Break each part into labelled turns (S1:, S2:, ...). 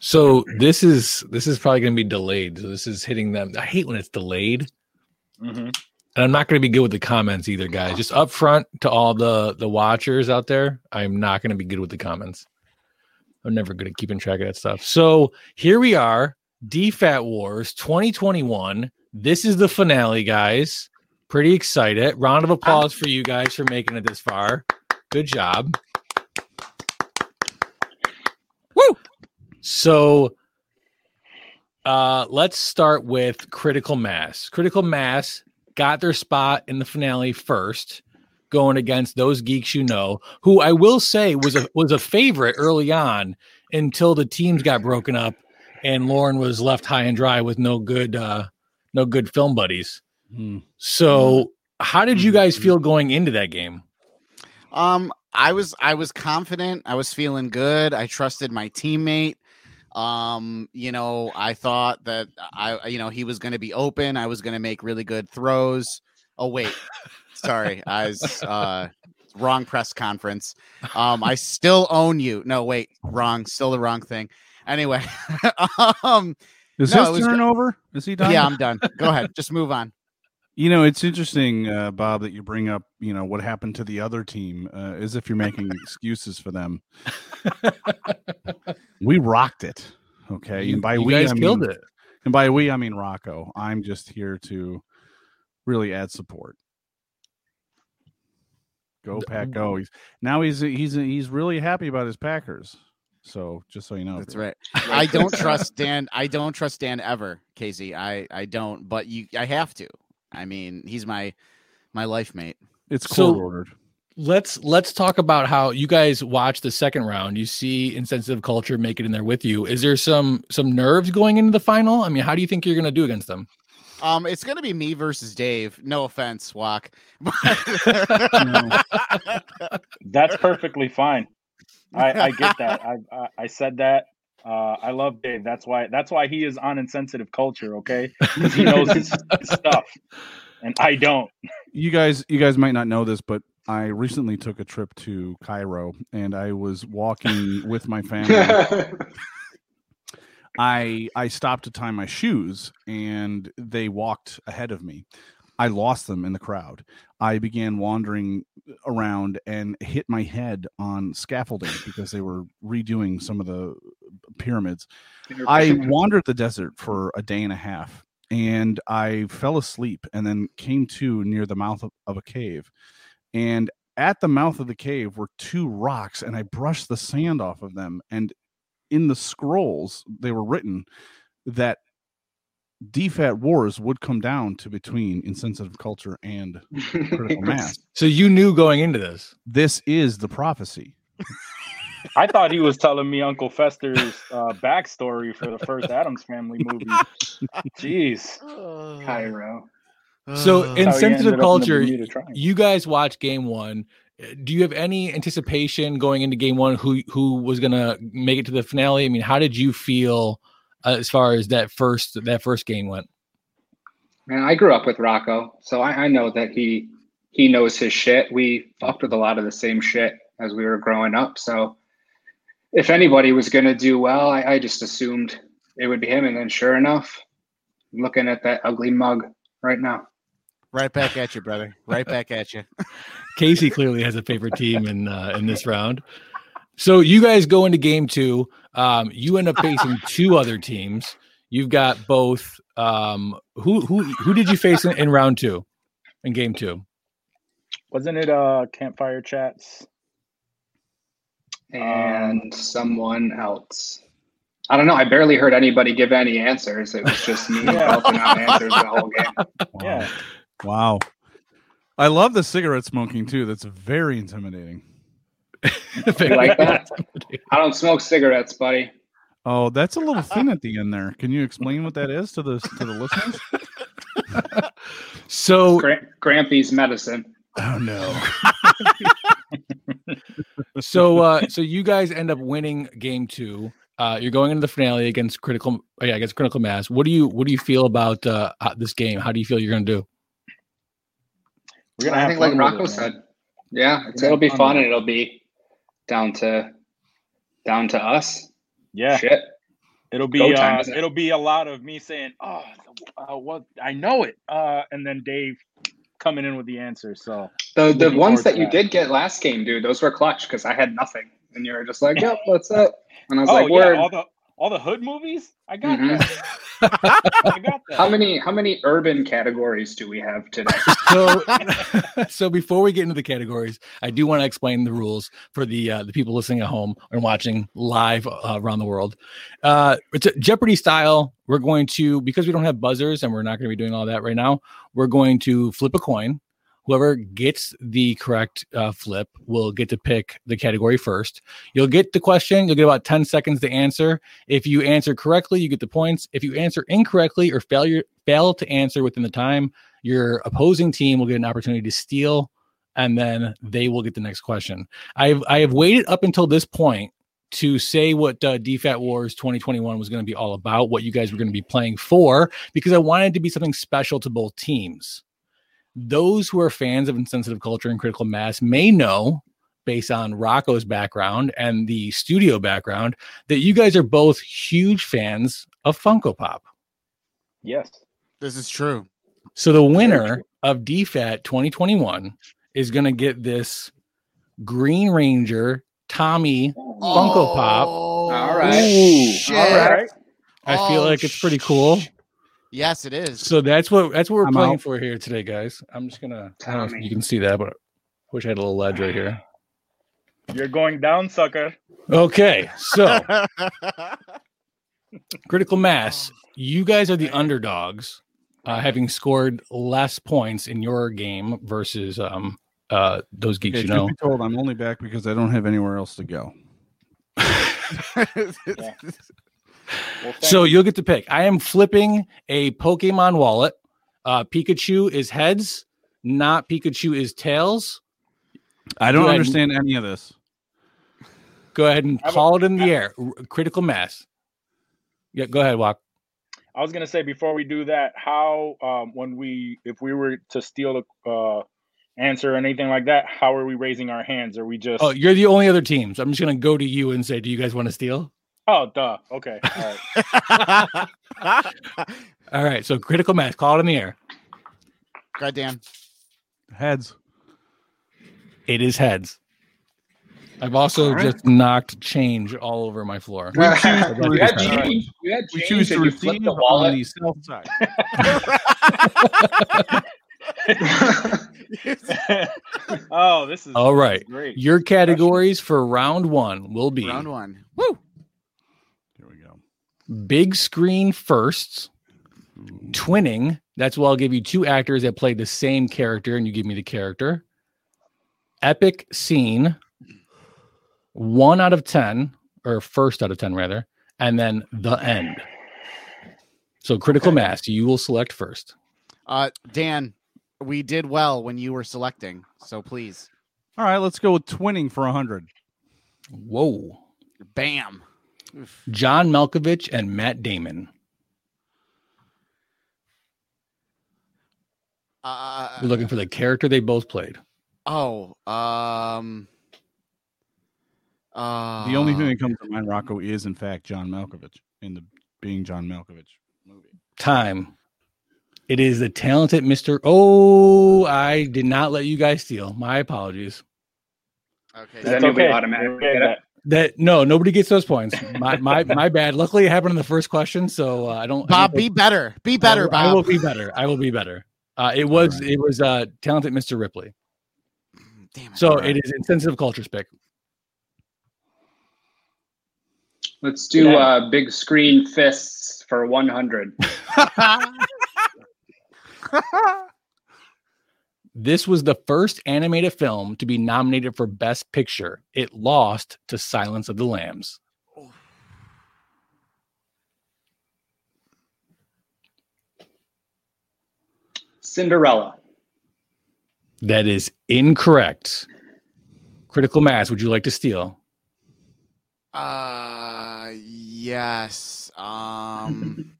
S1: So this is this is probably going to be delayed. So this is hitting them. I hate when it's delayed.
S2: Mm-hmm.
S1: And I'm not going to be good with the comments either, guys. Just up front to all the the watchers out there, I'm not going to be good with the comments. I'm never good at keeping track of that stuff. So here we are, DFAT Wars 2021. This is the finale, guys. Pretty excited. Round of applause for you guys for making it this far. Good job. Woo! So uh let's start with Critical Mass. Critical Mass got their spot in the finale first, going against those geeks you know, who I will say was a was a favorite early on until the teams got broken up and Lauren was left high and dry with no good uh no good film buddies.
S3: Hmm.
S1: So how did you guys feel going into that game?
S4: Um, I was I was confident. I was feeling good. I trusted my teammate. Um, you know, I thought that I you know he was going to be open. I was going to make really good throws. Oh wait, sorry, I was uh, wrong press conference. Um, I still own you. No, wait, wrong. Still the wrong thing. Anyway, um,
S3: Is
S4: No, it
S3: his
S4: was go-
S3: turn over? Is he done?
S4: yeah, I'm done. Go ahead, just move on.
S3: You know, it's interesting, uh, Bob, that you bring up, you know, what happened to the other team, uh, as if you're making excuses for them. we rocked it, okay.
S1: You,
S3: and by
S1: you
S3: we,
S1: guys
S3: I
S1: killed
S3: mean,
S1: it.
S3: and by we, I mean Rocco. I'm just here to really add support. Go pack, go! He's, now he's he's he's really happy about his Packers. So just so you know,
S4: That's right. I don't trust Dan. I don't trust Dan ever, Casey. I I don't. But you, I have to. I mean, he's my my life mate.
S3: it's
S1: So-
S3: court ordered.
S1: Let's let's talk about how you guys watch the second round. You see insensitive culture make it in there with you. Is there some some nerves going into the final? I mean, how do you think you're going to do against them?
S4: Um, it's gonna be me versus Dave. No offense, Walk.
S2: That's perfectly fine. I, I get that. I, I I said that. Uh, I love Dave. That's why. That's why he is on insensitive culture. Okay, 'Cause he knows his, his stuff, and I don't.
S3: you guys you guys might not know this but i recently took a trip to cairo and i was walking with my family i i stopped to tie my shoes and they walked ahead of me i lost them in the crowd i began wandering around and hit my head on scaffolding because they were redoing some of the pyramids I wandered the desert for a day and a half and I fell asleep and then came to near the mouth of, of a cave. And at the mouth of the cave were two rocks and I brushed the sand off of them. And in the scrolls, they were written that DFAT wars would come down to between insensitive culture and critical mass.
S1: So you knew going into this.
S3: This is the prophecy.
S2: I thought he was telling me Uncle Fester's uh, backstory for the first Adams Family movie. Jeez.
S5: Cairo.
S1: So in-
S4: Uh,
S2: That's how he
S1: Insensitive
S2: ended up in the
S1: culture,
S2: Bermuda Triangle.
S1: You guys watched game 1. Uh, Do you have any anticipation going into game 1 who who was going to make it to the finale? I mean, how did you feel uh, as far as that first that first game went?
S5: Man, I grew up with Rocco, so I, I know that he he knows his shit. We fucked with a lot of the same shit as we were growing up. So if anybody was gonna do well, I, I just assumed it would be him. And then sure enough, I'm looking at that ugly mug right now.
S4: right back at you, brother. Right back at you.
S1: Casey clearly has a favorite team in uh, in this round. So you guys go into game two. Um, you end up facing two other teams. You've got both. Um, who who who did you face in, in round two, in game two?
S2: Wasn't it uh, Campfire Chats?
S5: And someone else. I don't know. I barely heard anybody give any answers. It was just me
S2: Yeah.
S5: helping out answers the whole game.
S2: Yeah.
S3: Wow. I love the cigarette smoking too. That's very intimidating.
S5: You like that? I don't smoke cigarettes, buddy.
S3: Oh, that's a little thing at the end there. Can you explain what that is to the to the listeners?
S1: So
S5: Gra- Grampy's medicine.
S3: Oh no.
S1: so uh, so you guys end up winning game two. Uh, you're going into the finale against critical. oh, Yeah, against critical mass. What do you what do you feel about uh, uh, this game? How do you feel you're going to do?
S2: We're gonna
S5: I
S2: have
S5: think, like
S2: fun with
S5: Rocco
S2: it, man.
S5: said, yeah, it's,
S2: We're
S5: it'll
S2: gonna
S5: be
S2: have
S5: fun,
S2: fun with
S5: and it'll be down to down to us.
S2: Yeah.
S5: Shit,
S2: It'll
S5: Go
S2: be
S5: time,
S2: uh,
S5: isn't it?
S2: it'll be a lot of me saying, "Oh, uh, what I know it," uh, and then Dave coming in with the answer. So
S5: The the
S2: Looking forward to
S5: ones that you
S2: that.
S5: did get last game, dude, those were clutch because I had nothing, and you were just like, "Yep, what's up?" And I was
S2: oh
S5: like,
S2: yeah,
S5: "Word."
S2: all the all the hood movies. I got
S5: Mhm.
S2: that. I got that.
S5: How many how many urban categories do we have today?
S1: so so before we get into the categories i do want to explain the rules for the uh, the people listening at home and watching live uh, around the world uh it's a jeopardy style we're going to because we don't have buzzers and we're not going to be doing all that right now we're going to flip a coin whoever gets the correct uh, flip will get to pick the category first you'll get the question you'll get about 10 seconds to answer if you answer correctly you get the points if you answer incorrectly or failure fail to answer within the time your opposing team will get an opportunity to steal and then they will get the next question i've i have waited up until this point to say what uh, DFAT Wars 2021 was going to be all about, what you guys were going to be playing for, because I wanted it to be something special to both teams. Those who are fans of insensitive culture and critical mass may know, based on Rocco's background and the studio background, that you guys are both huge fans of Funko Pop.
S2: Yes.
S4: This is true.
S1: So the winner of DFAT 2021 is going to get this Green Ranger Tommy. Funko Pop.
S4: All
S5: right.
S4: Shit.
S5: All right.
S1: I feel
S4: Oh,
S1: like it's pretty
S4: sh-
S1: cool.
S4: Yes, it is.
S1: So that's what that's what we're
S3: I'm
S1: playing
S3: out.
S1: for here today, guys. I'm just gonna. I don't know if
S5: Tommy.
S1: you can see that, but I wish I had a little ledge right here.
S2: You're going down, sucker.
S1: Okay, so critical mass. You guys are the underdogs, uh, having scored less points in your game versus um uh those geeks.
S3: Okay,
S1: you
S3: truth
S1: know,
S3: be told, I'm only back because I don't have anywhere else to go.
S2: Well, thank
S1: So
S2: you.
S1: you'll get to pick. I am flipping a Pokemon wallet. Uh, Pikachu is heads, not Pikachu is tails.
S3: I don't
S1: Dude, I-
S3: understand any of this.
S1: Go ahead and
S2: I'm a-
S1: call it in the air. R- critical mass. Yeah, go ahead, Walk.
S2: I was gonna say before we do that, how um, when we if we were to steal a uh, answer or anything like that, how are we raising our hands? Are we just
S1: Oh,
S2: oh,
S1: you're the only other team, so I'm just gonna go to you and say, "Do you guys want to steal?"
S2: Oh, duh okay all right
S1: All right. So critical mass. Call it in the air.
S4: Goddamn.
S3: Heads.
S1: It is heads. I've also
S5: All right.
S1: just knocked change all over my floor.
S5: you
S3: to
S5: had
S3: receive.
S5: change. You had
S3: We
S5: change
S3: choose to
S5: and you flipped
S3: receive
S5: the
S3: on
S5: wallet.
S3: the south side.
S2: oh this is
S1: All right.
S2: great
S1: Your categories for round one will be
S4: Round one.
S3: Here we go.
S1: big screen firsts,
S3: Ooh.
S1: twinning. That's where I'll give you two actors that play the same character, and you give me the character. Epic scene, one out of 10, or first out of 10, rather, and then the end. So critical mass, you will select first.
S4: Uh, Dan, we did well when you were selecting. So please.
S3: All right, let's go with twinning for 100.
S1: Whoa.
S4: Bam.
S1: John Malkovich and Matt Damon.
S4: Uh,
S1: We're looking for the character they both played.
S4: Oh, um, uh,
S3: The only thing that comes to mind, Rocco, is in fact John Malkovich in the being John Malkovich movie.
S1: Time. It is the talented Mr. Oh, I did not let you guys steal. My apologies.
S4: uh, okay,
S5: Is that
S2: That's
S5: nobody
S2: okay.
S5: automatically
S2: We'll
S5: get
S2: get
S5: it?
S1: That no, nobody gets those points. My my my bad. Luckily, it happened in the first question, so uh, I don't. I
S4: Bob,
S1: don't
S4: be
S1: think-
S4: better, be
S1: I
S4: better,
S1: will- I will
S4: Bob.
S1: be better. I will be better. Uh, it was it was uh, talented Mr. Ripley.
S4: Damn it.
S1: So it is insensitive cultures pick.
S5: Let's do
S2: Yeah.
S5: uh, big screen fists for 100.
S1: This was the first animated film to be nominated for Best Picture. It lost to Silence of the Lambs.
S5: Cinderella.
S1: That is incorrect. Critical mass. Would you like to steal?
S4: uh, yes. Um,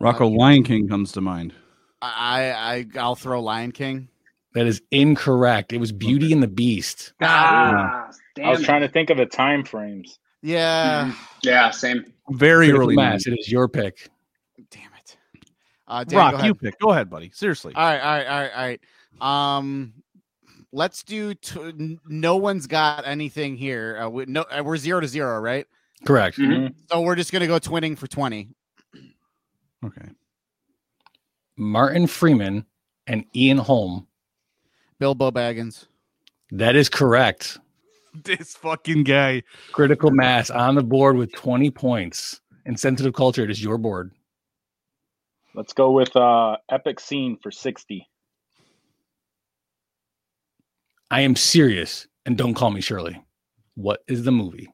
S3: Rocco, Lion King comes to mind.
S4: I, I, I'll throw Lion King.
S1: That is incorrect. It was Beauty and the Beast.
S2: Ah,
S5: damn
S2: I was
S5: it.
S2: trying to think of the time frames
S4: Yeah.
S1: Mm-hmm.
S5: Yeah, same.
S3: Very
S1: Critical
S3: early.
S1: mass.
S3: 90s.
S1: It is your pick.
S4: Damn it. Uh, Dan, go
S3: Rock,
S4: ahead.
S3: you pick. Go ahead, buddy. Seriously.
S4: All right, all right, all right, all right. Um, let's do. T- n- no one's got anything here. Uh, we, no, uh, we're zero to zero, right?
S1: Correct.
S5: Mhm.
S4: So we're just gonna go twinning for twenty.
S3: okay.
S1: Martin Freeman and Ian Holm.
S4: Bilbo Baggins.
S1: That is correct.
S3: This fucking guy.
S1: Critical mass on the board with 20 points. And sensitive culture, it is your board.
S2: Let's go with uh, epic scene for sixty.
S1: I am serious and don't call me Shirley. What is the movie?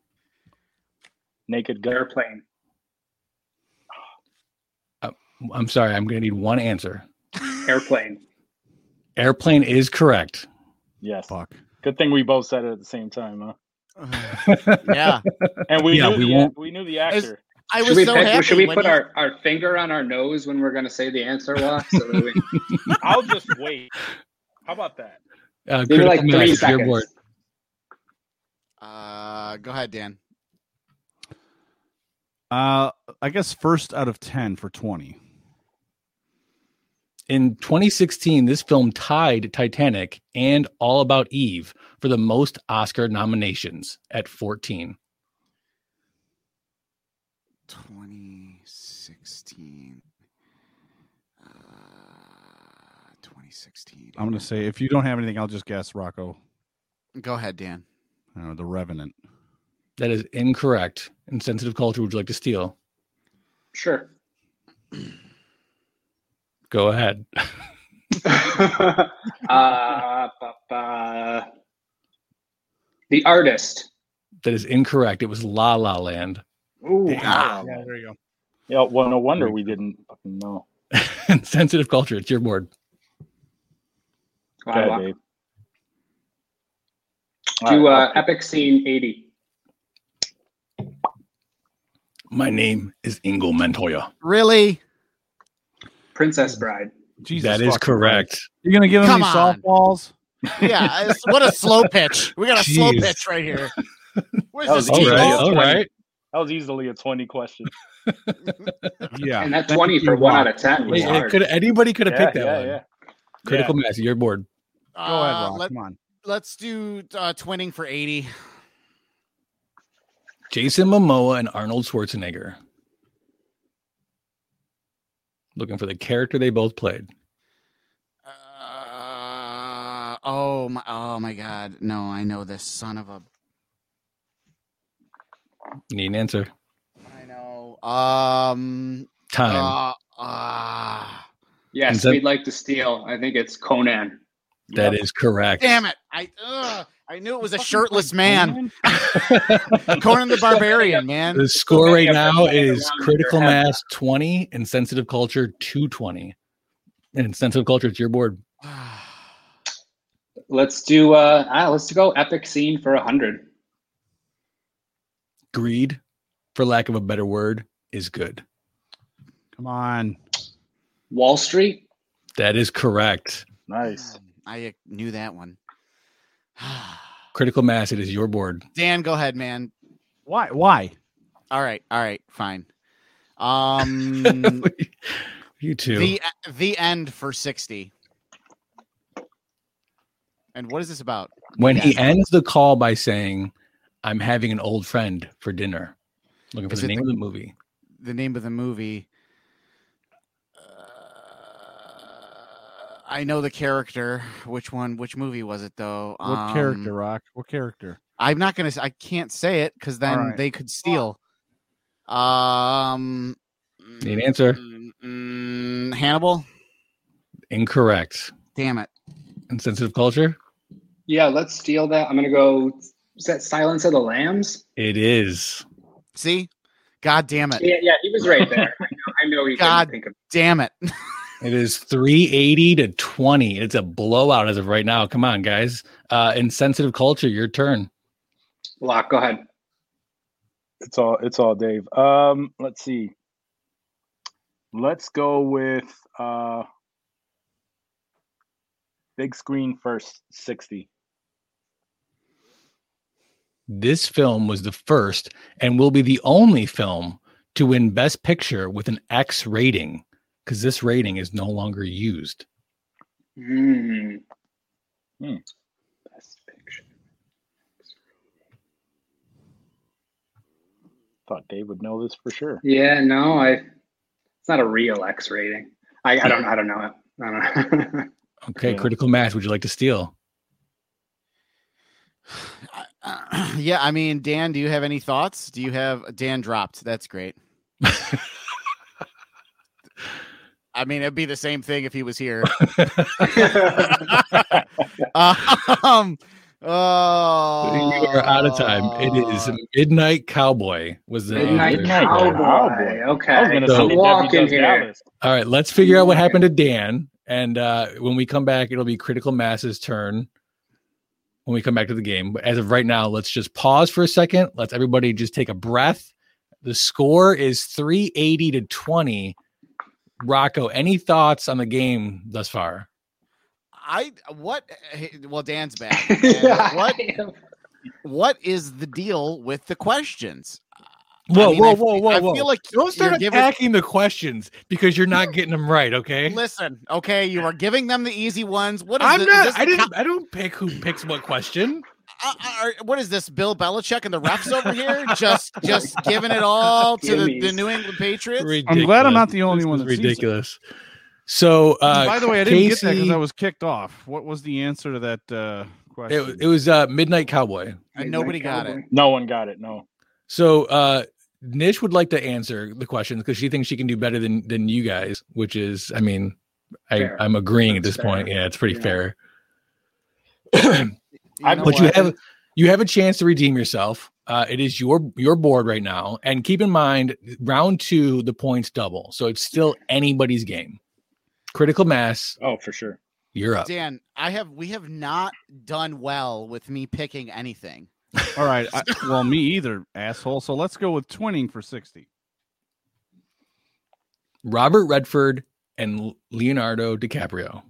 S2: Naked Gun.
S5: Airplane.
S1: I'm sorry, I'm going to need one answer.
S5: Airplane.
S1: Airplane is correct.
S2: Yes.
S3: Fuck.
S2: Good thing we both said it at the same time, huh?
S4: Yeah,
S2: And we
S1: Yeah,
S2: knew
S1: we
S2: the,
S1: won't-
S2: we knew the actor.
S4: I
S5: Should
S4: was
S5: we,
S4: so
S5: pick-
S4: happy.
S5: should we
S4: when
S5: put
S4: you-
S5: our, our finger on our nose when we're going to say the answer, Walk? So that we,
S2: I'll just wait. How about that?
S1: Uh,
S5: maybe
S1: Critical
S5: like
S1: Mass
S5: three
S1: is your
S5: seconds.
S1: board.
S4: Uh, go ahead, Dan.
S3: Uh, I guess first out of ten for twenty.
S1: In 2016, this film tied Titanic and All About Eve for the most Oscar nominations at 14.
S4: Twenty sixteen. Uh, twenty sixteen.
S3: I'm gonna say if you don't have anything, I'll just guess Rocco.
S4: Go ahead, Dan.
S3: Uh, the Revenant.
S1: That is incorrect. Insensitive culture, would you like to steal?
S5: Sure.
S1: Go ahead.
S5: uh, ba- ba. the artist.
S1: That is incorrect. It was La La Land.
S5: Ooh,
S3: Damn.
S4: Ah.
S5: wow.
S3: Yeah, there you go.
S2: Yeah, well, no wonder we didn't fucking know.
S1: Insensitive culture, it's your board.
S5: Wow,
S2: Okay,
S5: wow.
S2: babe.
S5: Do
S2: All right,
S5: uh, epic scene eighty.
S1: My name is Ingo Montoya.
S4: Really?
S5: Princess Bride.
S3: Jesus
S1: that is
S3: fucking
S1: correct.
S3: Christ. You're gonna give him
S4: Come
S3: these
S4: on.
S3: softballs?
S4: Yeah. it's- what a slow pitch. We got a slow
S3: Jeez.
S4: pitch right here. Where's
S2: That was
S4: this
S2: easy.
S1: All right.
S4: Eagle?
S2: Oh,
S1: All right.
S2: that was easily a twenty question.
S3: Yeah.
S5: And that
S3: Thank
S5: 20 for
S3: you,
S5: one
S3: Rock.
S5: out of 10 was
S1: It- it
S5: hard.
S1: could- anybody could have
S2: yeah,
S1: picked that
S2: yeah,
S1: one.
S2: yeah.
S1: Critical mass, your board.
S3: Go ahead,
S4: Uh,
S3: Rock.
S4: let,
S3: Come on.
S4: let's do uh, twinning for eighty.
S1: Jason Momoa and Arnold Schwarzenegger. Looking for the character they both played.
S4: Uh, oh my! Oh my God! No, I know this son of a.
S1: Need an answer.
S4: I know. Um.
S1: Time.
S4: Uh, uh,
S5: Yes,
S1: Is that-
S5: we'd like to steal. I think it's Conan.
S1: That is correct.
S4: damn it! I. Uh, I knew it was a shirtless man, Conan the Barbarian, man.
S1: The score right
S5: Yeah,
S1: now
S5: yeah, yeah,
S1: is
S5: yeah.
S1: critical mass 20 and sensitive culture 220. And sensitive culture, it's your board.
S5: Let's do uh ah, let's go epic scene for 100.
S1: Greed, for lack of a better word, is good.
S3: Come on.
S5: Wall Street?
S1: That is correct.
S2: Nice.
S4: Hmm, I uh, knew that one.
S1: Critical mass, it is your board.
S4: Dan, go ahead, man.
S3: Why? Why?
S4: All right, all right, fine. Um,
S1: you too.
S4: the the end for sixty. And what is this about?
S1: when he
S4: Yeah.
S1: ends the call by saying, I'm having an old friend for dinner. Looking for
S4: Is
S1: the
S4: it
S1: name
S4: the-
S1: of the movie.
S4: the name of the movie. Uh, I know the character. Which one? Which movie was it though? Um,
S3: What character, Rock? What character?
S4: I'm not gonna. s- I can't say it because then
S3: right.
S4: they could steal. Um.
S1: Need an answer?
S4: mm, mm, Hannibal.
S1: Incorrect.
S4: Damn it.
S1: Insensitive culture?
S5: Yeah, let's steal that. I'm going to go is that Silence of the Lambs?
S1: It is.
S4: See. God damn it.
S5: Yeah, yeah, he was right there. I know, I know he
S4: God.
S5: couldn't think of
S4: Damn it.
S1: It is 380 to 20. It's a blowout as of right now. Come on, guys. Uh insensitive culture, your turn.
S5: Lock. Go ahead.
S2: It's all it's all Dave. Um, let's see. Let's go with uh big screen first 60.
S1: this film was the first and will be the only film to win Best Picture with an X rating because this rating is no longer used.
S5: Mm.
S2: Hmm.
S5: Best picture.
S2: Thought Dave would know this for sure.
S5: Yeah, no, I. It's not a real X rating. I, I don't. I don't know it. I don't know.
S1: Okay,
S2: Yeah.
S1: Critical Mass, would you like to steal?
S4: Uh, yeah, I mean, Dan, do you have any thoughts? Do you have Dan dropped? That's great. I mean, it'd be the same thing if he was here. um, oh,
S1: you are out of time. It
S4: uh,
S1: is Midnight Cowboy was the name of
S5: Uh. Midnight
S1: the
S2: Midnight
S1: show.
S5: Cowboy.
S2: Cowboy.
S5: Okay.
S2: Oh, I was going to
S1: So-
S2: say
S5: so
S2: that
S5: walk
S2: Debbie
S5: in
S2: does
S5: here.
S2: Dallas.
S1: All right, let's figure out what happened to Dan. And uh, when we come back, it'll be Critical Mass's turn when we come back to the game. But as of right now, let's just pause for a second. Let's everybody just take a breath. The score is 380 to 20. Rocco, any thoughts on the game thus far?
S4: I what? Well, Dan's back. And what? What is the deal with the questions?
S1: Whoa,
S4: mean,
S1: whoa,
S4: I-
S1: whoa, whoa,
S4: I
S1: whoa.
S4: feel like
S1: Don't
S4: you're
S1: start
S4: giving-
S1: attacking the questions because you're not getting them right, okay?
S4: Listen, okay, you are giving them the easy ones. What is
S1: I'm
S4: thi- is this
S1: not
S4: the
S1: I didn't
S4: co-
S1: I don't pick who picks what question.
S4: uh, uh, are- what is this? Bill Belichick and the refs over here just just giving it all to the, the
S5: Gimmes.
S4: New England Patriots.
S3: I'm glad I'm not the only
S1: This
S3: one
S1: is
S3: that sees it.
S1: ridiculous. So uh
S3: By the way, I didn't get that because
S1: Casey-
S3: I was kicked off. What was the answer to that uh, question?
S1: it, it was uh Midnight Cowboy.
S4: And nobody got it.
S2: No one got it. No.
S1: So uh Nish would like to answer the questions because she thinks she can do better than than you guys, which is I mean I,
S5: Fair.
S1: I'm agreeing at
S5: That's
S1: this point.
S5: fair.
S1: Yeah, it's pretty
S5: Yeah.
S1: fair.
S2: I-
S4: know
S1: but you
S4: what?
S1: have you have a chance to redeem yourself. Uh, it is your your board right now, and keep in mind round two the points double, so it's still anybody's game. Critical mass,
S2: Oh, for sure.
S1: you're up.
S4: Dan, I have we have not done well with me picking anything.
S3: All right. I, well, me either, asshole. So let's go with twinning for 60.
S1: Robert Redford and Leonardo DiCaprio.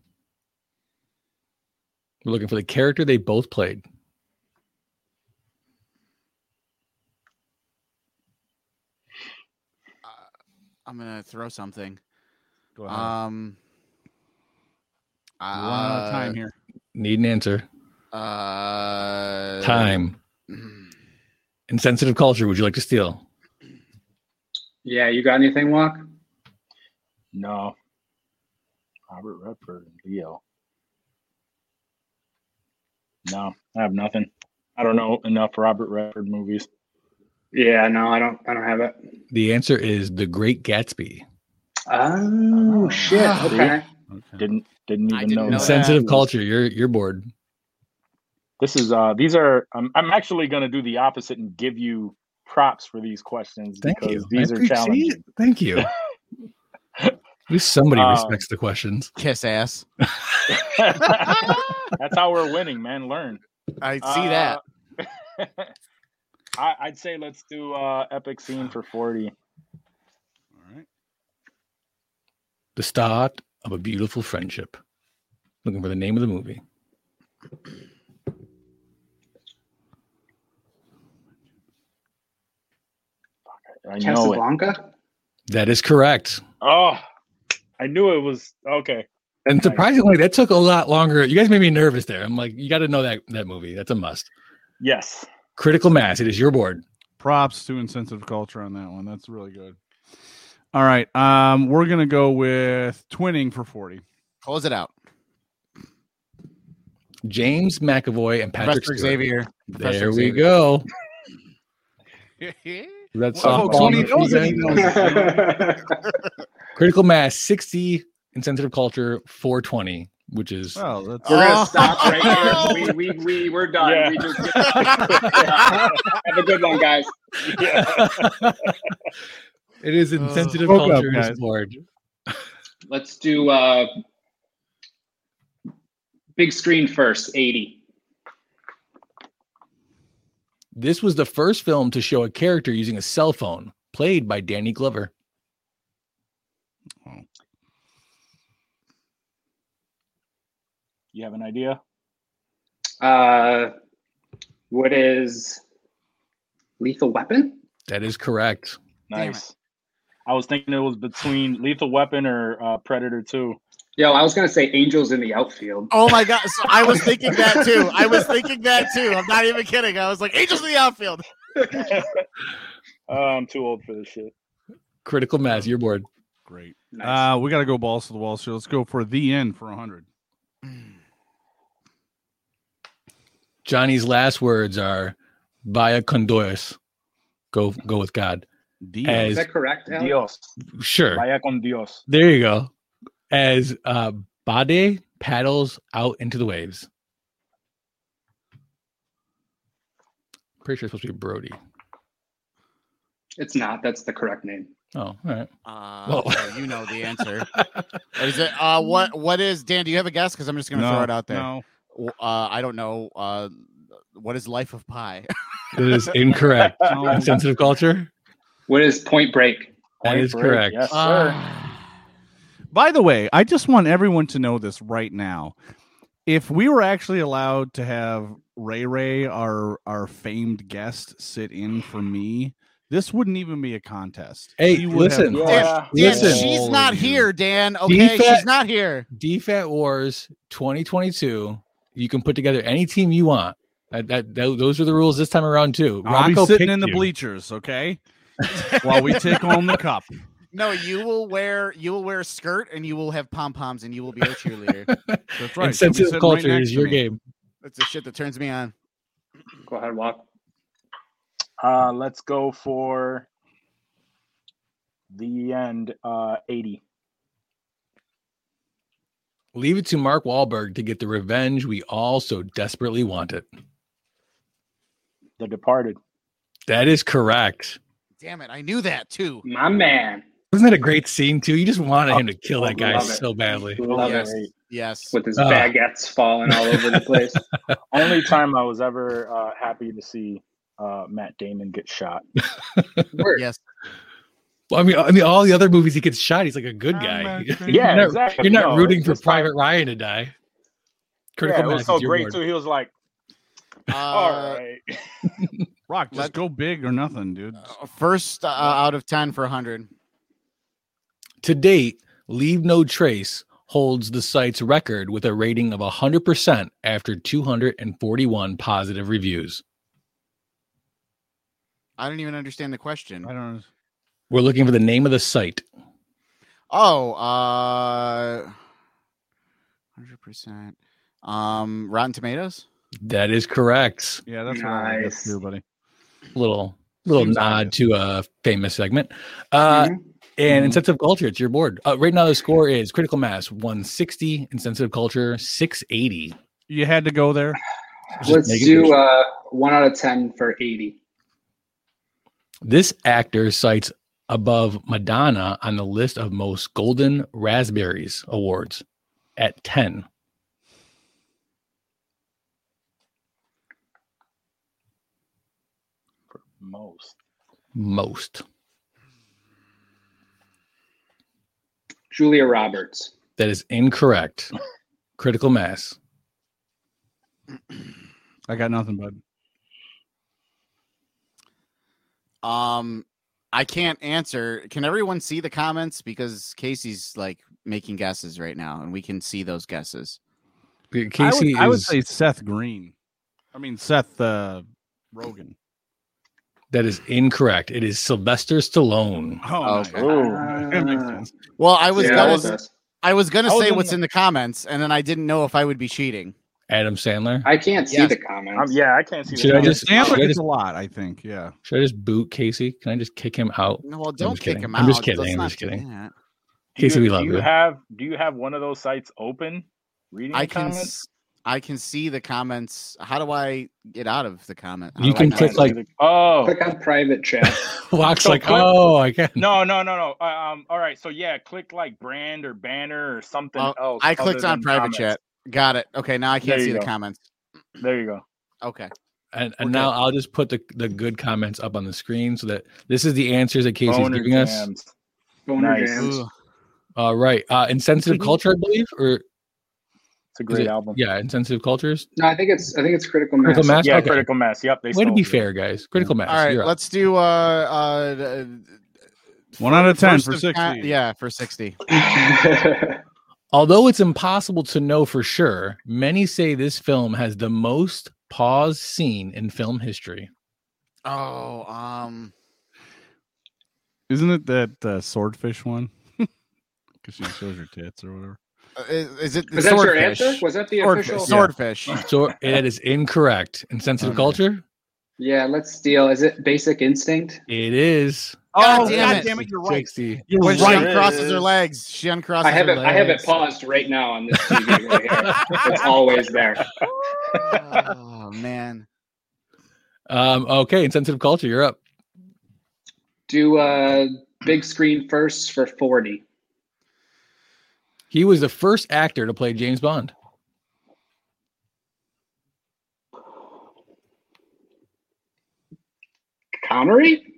S1: We're looking for the character they both played.
S4: I'm gonna throw something.
S3: Go ahead.
S4: Um,
S3: We're running out of time here.
S1: Need an answer.
S4: uh, uh,
S1: Time. Insensitive culture. Would you like to steal?
S5: Yeah, you got anything, Walk?
S2: No. Robert Redford and Leo. No, I have nothing. I don't know enough Robert Redford movies.
S5: Yeah, no, I don't. I don't have it.
S1: The answer is The Great Gatsby.
S5: Oh,
S2: Oh,
S5: shit.
S4: Ah,
S2: see?
S5: Okay.
S3: Okay.
S2: Didn't didn't
S4: I
S2: even
S4: didn't know
S2: know. that.
S1: Insensitive culture. You're you're bored.
S2: This is uh these are I'm I'm actually gonna do the opposite and give you props for these questions
S1: Thank
S2: because
S1: you.
S2: these
S1: I
S2: are
S1: appreciate
S2: challenging.
S1: it. Thank you. At least somebody
S2: Um,
S1: respects the questions.
S4: kiss ass.
S2: That's how we're winning, man. Learn.
S4: I see
S2: Uh,
S4: that.
S2: that. I, I'd say let's do uh epic scene for 40.
S3: All right.
S1: The start of a beautiful friendship. Looking for the name of the movie.
S2: I know it.
S5: Casablanca.
S1: That is correct.
S2: Oh I knew it was okay.
S1: And surprisingly, that took a lot longer. You guys made me nervous there. I'm like, you got to know that that movie. That's a must.
S2: Yes.
S1: Critical mass. It is your board.
S3: Props to insensitive culture on that one. That's really good. All right. Um, we're gonna go with twinning for 40.
S4: Close it out.
S1: James McAvoy and Patrick
S4: Professor
S1: Stewart.
S4: Xavier.
S1: there
S4: Professor
S1: we
S4: Xavier.
S1: go. That
S3: Well,
S1: softball.
S3: folks,
S1: in
S3: he
S1: the
S3: knows it, he
S1: season.
S3: knows it.
S1: Critical mass 60. Insensitive culture 420, which is
S3: Well, that's
S5: We're
S4: Oh.
S5: gonna stop right here. We we we we're done.
S2: Yeah.
S5: We just have a good one, guys.
S1: it is insensitive
S3: Woke up,
S1: culture is
S3: guys.
S1: board.
S5: Let's do uh big screen first. Eighty.
S1: This was the first film to show a character using a cell phone, played by Danny Glover.
S2: You have an idea?
S5: Uh, what is Lethal Weapon?
S1: That is correct.
S4: Damn
S2: Nice. I was thinking it was between Lethal Weapon or uh, Predator 2.
S5: Yo, I was gonna say Angels in the Outfield.
S4: Oh my god! So I was thinking that too. I was thinking that too. I'm not even kidding. I was like, Angels in the outfield.
S2: Uh, I'm too old for this shit.
S1: Critical mass. You're bored.
S3: Great.
S5: Nice.
S3: Uh, we got to go balls to the wall. So let's go for the end for 100.
S1: Johnny's last words are via condois. Go go with God.
S3: D.
S1: As-
S5: Is that correct? Al?
S2: Dios.
S1: Sure.
S2: Vaya con Dios.
S1: There you go. As uh Bade paddles out into the waves. Pretty sure it's supposed to be Brody.
S5: It's not. That's the correct name.
S1: Oh, all right.
S4: Uh,
S1: Well-
S4: okay, you know the answer. Is it? Uh, what? What is Dan? Do you have a guess? Because I'm just gonna throw it out there.
S3: No.
S4: W- Uh, I don't know. Uh, what is Life of Pi?
S1: That is incorrect.
S3: no.
S1: Sensitive culture?
S5: What is Point Break?
S1: That
S2: Point
S1: is
S2: break,
S1: correct.
S2: Yes, sir.
S4: Ah.
S3: By the way, I just want everyone to know this right now. If we were actually allowed to have Ray Ray, our our famed guest, sit in for me, this wouldn't even be a contest.
S1: Hey,
S3: He would have
S1: listen.
S3: crushed
S2: Yeah.
S4: Dan,
S1: Listen.
S4: she's not
S3: you.
S4: here, Dan. Okay,
S1: Defense-
S4: she's not here.
S1: DFAT Wars 2022. You can put together any team you want. That, that, tho- those are the rules this time around too.
S3: I'll
S1: Rocco
S3: be sitting
S1: picked
S3: in the
S1: you.
S3: bleachers, okay? While we take home the cup.
S4: No, you will wear you will wear a skirt and you will have pom poms and you will be a cheerleader.
S3: That's right.
S1: And
S3: She'll be
S1: sensitive
S3: sitting right
S1: culture
S3: next
S1: is
S3: to
S1: your
S3: me.
S1: game.
S4: That's the shit that turns me on.
S5: Go ahead, walk.
S2: Uh, let's go for the end uh, 80.
S1: Leave it to Mark Wahlberg to get the revenge we all so desperately wanted.
S2: The Departed.
S1: That is correct.
S4: Damn it, I knew that too.
S5: My man.
S1: Wasn't that a great scene too? You just wanted him to kill that guy
S5: Love it.
S1: so badly.
S5: Love
S4: yes,
S5: it.
S4: yes.
S5: With his
S1: Ah.
S5: baguettes falling all over the place.
S2: Only time I was ever uh, happy to see uh, Matt Damon get shot.
S4: Yes.
S1: Well, I mean, I mean, all the other movies he gets shot, he's like a good guy.
S2: Yeah,
S1: you're not,
S2: exactly.
S1: you're not
S2: No,
S1: rooting
S2: it's
S1: for
S2: just like-
S1: Private Ryan to die. Critical
S2: yeah, it
S1: Mass
S2: was
S1: is
S2: so
S1: your
S2: great
S1: word.
S2: too. He was like, "All right,
S4: Uh,
S3: Rock, just
S4: Let-
S3: go big or nothing, dude.
S4: uh, first uh, out of 10 for 100.
S1: To date, Leave No Trace holds the site's record with a rating of 100% after 241 positive reviews.
S4: I don't even understand the
S3: I
S4: question.
S3: don't
S1: We're looking for the name of the site.
S4: Oh, uh 100%. Um Rotten Tomatoes?
S1: That is correct.
S3: Yeah, that's what I guess
S5: Nice.
S3: too, buddy.
S1: Little little
S3: Seems
S1: nod
S3: obvious.
S1: to a famous segment. Uh,
S5: Mhm.
S1: And
S3: Mhm.
S1: insensitive culture, it's your board. Uh, right now, the score is critical mass 160, insensitive culture 680.
S3: You had to go there.
S1: Just
S5: Let's
S1: make it
S5: do
S1: visual.
S5: uh, one out of ten for eighty.
S1: this actor cites above Madonna on the list of most golden raspberries awards at 10.
S2: most
S1: Most.
S5: Julia Roberts.
S1: That is incorrect. critical mass.
S3: I got nothing, bud.
S4: Um I can't answer. Can everyone see the comments because Casey's like making guesses right now and we can see those guesses.
S1: Casey
S3: I would, I would
S1: is-
S3: say Seth Green. I mean Seth uh, Rogan.
S1: that is incorrect. It is Sylvester Stallone.
S4: Oh,
S3: nice.
S4: okay.
S3: That makes sense.
S4: Well, I was
S5: Yeah,
S4: gonna,
S5: that was-
S4: I was gonna
S3: I was
S4: say
S3: in
S4: what's
S3: the-
S4: in the comments, and then I didn't know if I would be cheating.
S1: Adam Sandler.
S5: I can't see
S4: Yes.
S5: the
S2: I'm,
S5: comments.
S2: Um, yeah, I can't see.
S1: Should
S2: that.
S1: I just-
S3: Sandler
S1: should I
S3: gets
S1: just-
S3: a lot, I think. Yeah.
S1: Should I just boot Casey? Can I just kick him out?
S4: No, well, don't
S1: just
S4: kick
S1: kidding.
S4: him out.
S1: I'm just kidding.
S4: Let's
S1: I'm
S4: not
S1: just
S4: do
S1: kidding.
S4: that.
S2: Do you-
S1: Casey, we love
S2: do you.
S1: you.
S2: Have do you have one of those sites open? Reading
S4: I
S2: the
S4: can,
S2: comments?
S4: s- I can see the comments. How do I get out of the comment? How
S1: You
S4: do I
S1: can
S4: not
S1: click,
S4: see
S1: like-
S4: the-
S2: Oh
S5: Click on private chat.
S1: Walks
S2: So
S1: like,
S2: click-
S1: oh, I can.
S2: no no no no. Uh, Um, all right, so yeah, click like brand or banner or something
S4: Oh,
S2: else.
S4: I
S2: other
S4: clicked on
S2: than
S4: private
S2: comments.
S4: chat. Got it. Okay, now I
S2: There
S4: can't
S2: you
S4: see the
S2: go.
S4: comments.
S2: There you go.
S4: Okay.
S1: And, and
S4: Okay.
S1: now I'll just put the, the good comments up on the screen so that this is the answers that Casey's
S2: Boner
S1: giving us.
S2: jams.
S5: Boner
S2: Nice.
S5: jams.
S4: Ooh.
S1: All right. Uh, insensitive culture, I believe, or
S2: It's a
S1: Is
S2: great
S1: it-
S2: album.
S1: Yeah, Insensitive Cultures.
S5: No, I think it's I think it's critical mass.
S1: Critical Mass.
S2: Yeah,
S1: okay.
S2: Critical Mass. Yep. They
S1: Way to
S2: stole
S1: be
S2: it.
S1: fair, guys. Critical Mass.
S4: All right,
S1: you're up.
S4: let's do uh uh
S3: One out of ten
S4: first
S3: for
S4: of
S3: sixty.
S4: ki- yeah, for 60.
S1: Although it's impossible to know for sure, many say this film has the most pause scene in film history.
S4: Oh, um
S3: Isn't it that uh, swordfish one? Because she shows her tits or whatever.
S4: uh, is, is it
S5: Was that your
S4: swordfish?
S5: answer? Was that the
S4: Swordfish. Oh,
S5: official?
S4: Swordfish.
S1: So that is incorrect. Insensitive
S2: Oh,
S4: Okay.
S1: culture?
S5: Yeah, let's steal. Is it Basic Instinct?
S1: It is.
S4: God
S3: oh,
S4: damn
S3: God
S4: it.
S3: damn it! You're right.
S1: 60.
S3: You're
S4: When she
S3: right.
S4: uncrosses her legs, she uncrosses
S5: I have
S4: her
S5: it. I have it
S1: legs.
S5: paused right now on this TV right here. It's always there.
S4: legs. oh man.
S1: Um, okay, insensitive culture, you're up.
S5: Do uh, big screen first for forty.
S1: He was the first actor to play James Bond.
S5: Connery?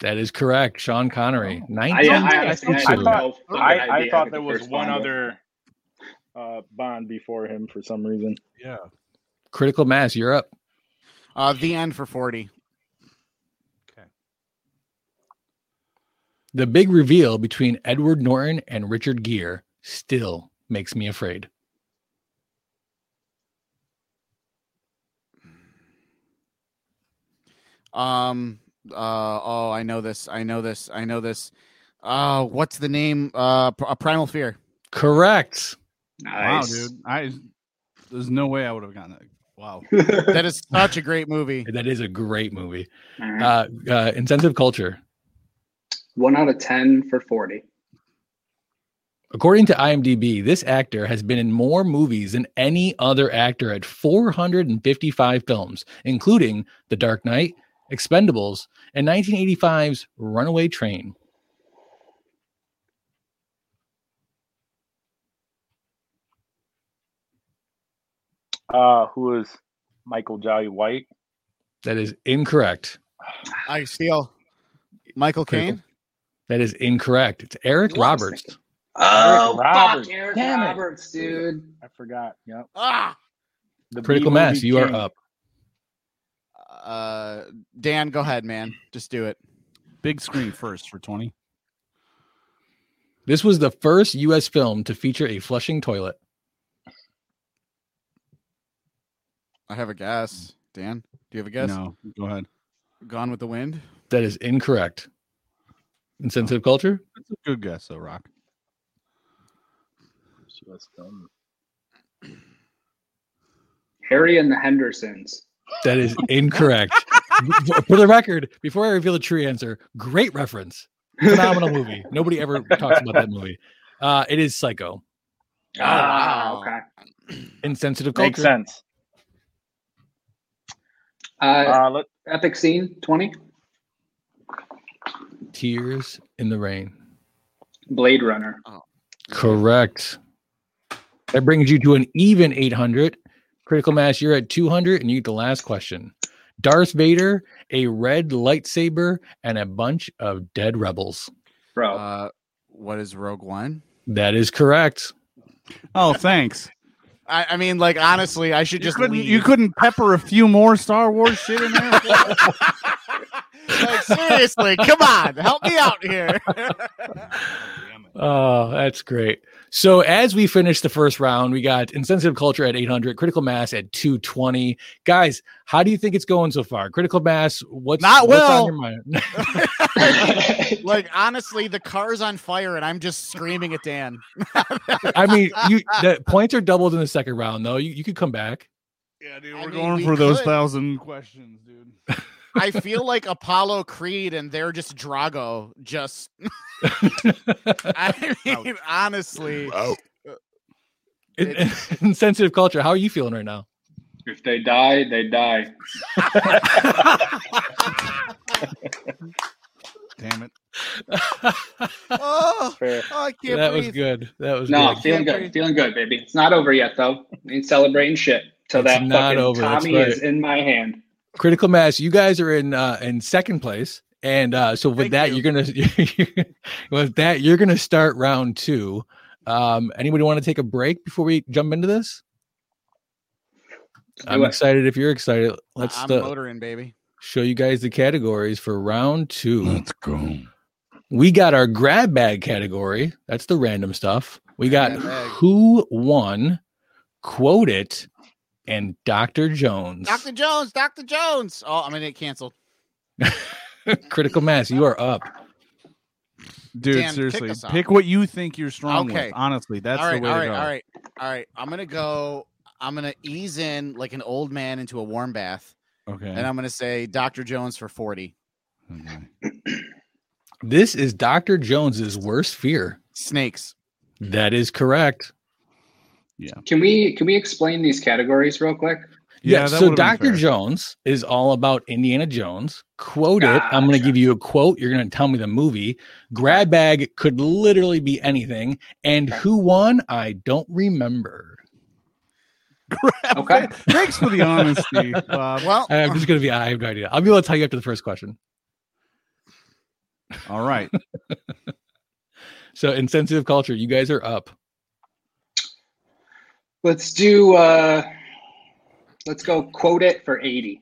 S1: That is correct. Sean Connery.
S5: I,
S1: 19.
S5: I, honestly, I,
S2: I
S5: don't
S2: thought-
S5: know if
S2: I,
S5: I'd
S2: I
S5: be
S2: thought
S5: the
S2: there was
S5: first
S2: one
S5: Bond.
S2: other uh, Bond before him for some reason.
S3: Yeah.
S1: Critical mass, you're up.
S4: Uh the end for 40.
S1: The big reveal between Edward Norton and Richard Gere still makes me afraid.
S4: Um uh oh, I know this. I know this. I know this. Uh what's the name uh Pr- uh, Primal Fear.
S1: Correct.
S5: Nice.
S3: Wow, dude. I there's no way I would have gotten that. Wow.
S4: That is such a great movie.
S1: That is a great movie.
S5: All right.
S1: Uh, uh, insensitive culture.
S5: one out of ten for forty.
S1: According to IMDb, this actor has been in more movies than any other actor at 455 films, including The Dark Knight, Expendables, and 1985's Runaway Train.
S2: Uh, who is Michael Jolly White?
S1: That is incorrect.
S4: I steal Michael Caine.
S1: That is incorrect. It's Eric
S5: What was
S1: Roberts.
S5: Oh,
S2: Roberts.
S5: fuck Eric
S2: Damn it.
S5: Roberts, dude.
S2: I forgot. Yep.
S4: Ah.
S2: The
S1: Critical
S2: B-movie
S1: Mass, you are
S2: king.
S1: up.
S4: Uh Dan, go ahead, man. Just do it.
S3: Big screen first for twenty.
S1: This was the first U.S. film to feature a flushing toilet.
S4: I have a guess. Dan, do you have a guess?
S3: No, go ahead.
S4: Gone with the Wind.
S1: That is incorrect. Insensitive culture?
S3: That's a good guess though, Rock.
S2: She was filmed.
S5: Harry and the Hendersons.
S1: That is incorrect. For- For the record, before I reveal the true answer, great reference. Phenomenal movie. Nobody ever talks about that movie. Uh, it is Psycho.
S5: Oh,
S1: Ah.
S4: wow.
S5: Okay.
S1: Insensitive culture.
S2: Makes sense.
S5: Uh,
S1: Ah.
S2: Uh, let,
S5: epic scene twenty.
S1: Tears in the rain.
S5: Blade Runner.
S1: Correct. That brings you to an even 800. Critical mass, you're at 200, and you get the last question. Darth Vader, a red lightsaber, and a bunch of dead rebels.
S3: Oh.
S5: Bro.
S4: Uh, what is Rogue One?
S1: That is correct.
S3: Oh, thanks.
S4: I, I mean, like honestly, I should
S3: You
S4: just
S3: couldn't,
S4: leave.
S3: you couldn't pepper a few more Star Wars shit in there.
S4: like seriously, come on, help me out here.
S1: Oh, that's great. So, as we finish the first round, we got insensitive culture at 800, critical mass at 220. Guys, how do you think it's going so far? Critical mass, what's
S4: Not
S1: what's
S4: well.
S1: on your mind?
S4: like honestly, the car's on fire and I'm just screaming at Dan.
S1: I mean, you the points are doubled in the second round, though. You, you could come back.
S3: yeah, dude,
S4: I
S3: we're
S4: mean,
S3: going
S4: we
S3: for those
S4: could.
S3: thousand questions, dude.
S4: I feel like Apollo Creed and they're just Drago. Just I mean, honestly,
S1: In- insensitive culture, how are you feeling right now?
S5: if they die, they die.
S3: Damn it.
S4: oh,
S2: fair.
S4: oh, I can't
S1: that
S4: breathe.
S1: was good. That was
S5: No,
S1: good.
S5: feeling good. Feeling good, baby. It's not over yet, though. I ain't celebrating shit. till
S1: It's
S5: that
S1: not
S5: fucking
S1: over, that's
S5: Tommy
S1: right.
S5: is in my hand.
S1: Critical mass, you guys are in uh, in second place, and uh, so with
S4: Thank
S1: that,
S4: you.
S1: you. are gonna with that you're gonna start round two. Um, anybody want to take a break before we jump into this? I'm
S5: it.
S1: excited. If you're excited, let's
S4: I'm
S1: uh,
S4: motoring, baby.
S1: show you guys the categories for round
S3: Hmm.
S1: two.
S3: go.
S1: We got our grab bag category. That's the random stuff. We got
S4: Grab bag.
S1: who won, quote it, and Dr. Jones.
S4: Dr. Jones, Dr. Jones. Oh, I'm gonna get canceled.
S1: Critical mass, you are up.
S3: Dude,
S4: Dan, pick
S3: seriously,
S4: us
S3: pick,
S4: up.
S3: what you think you're strong
S4: Okay.
S3: with. Honestly, that's
S4: all right,
S3: the way
S4: all
S3: to
S4: right,
S3: go.
S4: all right, all right. I'm gonna go. I'm gonna ease in like an old man into a warm bath, and
S3: Okay.
S4: I'm gonna say Dr. Jones for 40.
S3: okay.
S1: This is Dr. Jones's worst fear.
S4: Snakes.
S1: That is correct.
S5: Can we can we explain these categories real quick?
S1: Yeah.
S3: that
S1: so
S3: would've been
S1: Dr.
S3: fair.
S1: Jones is all about Indiana Jones. Quote it. I'm going
S5: Gotcha.
S1: to give you a quote. You're going to tell me the movie. Grab bag could literally be anything. And who won? I don't remember.
S5: Okay.
S3: Thanks for the honesty, Bob.
S4: Well,
S1: I'm just going to be, I have no idea. I'll be able to tell you after the first question.
S3: All right.
S1: So, insensitive culture, you guys are up.
S5: Let's do uh let's go quote it for 80.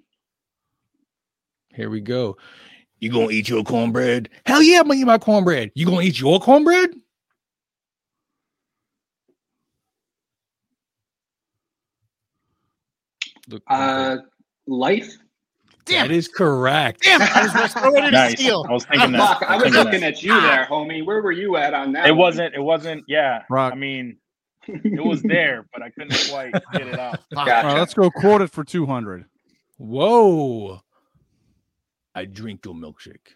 S1: Here we go. You gonna eat your cornbread? Hell yeah, I'm gonna eat my cornbread. You gonna eat your cornbread? Look,
S5: Uh life?
S1: that
S4: damn,
S1: is correct.
S4: damn. I was just I wanted to
S2: Nice.
S4: steal.
S2: I was thinking that.
S5: Fuck, I was
S2: thinking that.
S5: looking at you there,
S4: Ah.
S5: homie. Where were you at on that?
S2: It
S5: one?
S2: wasn't. It wasn't. Yeah.
S3: Rock.
S2: I mean, it was there, but I couldn't quite get it out.
S4: Fuck.
S3: All right,
S5: Gotcha.
S3: let's go quote it for 200.
S1: Whoa! I drink your milkshake.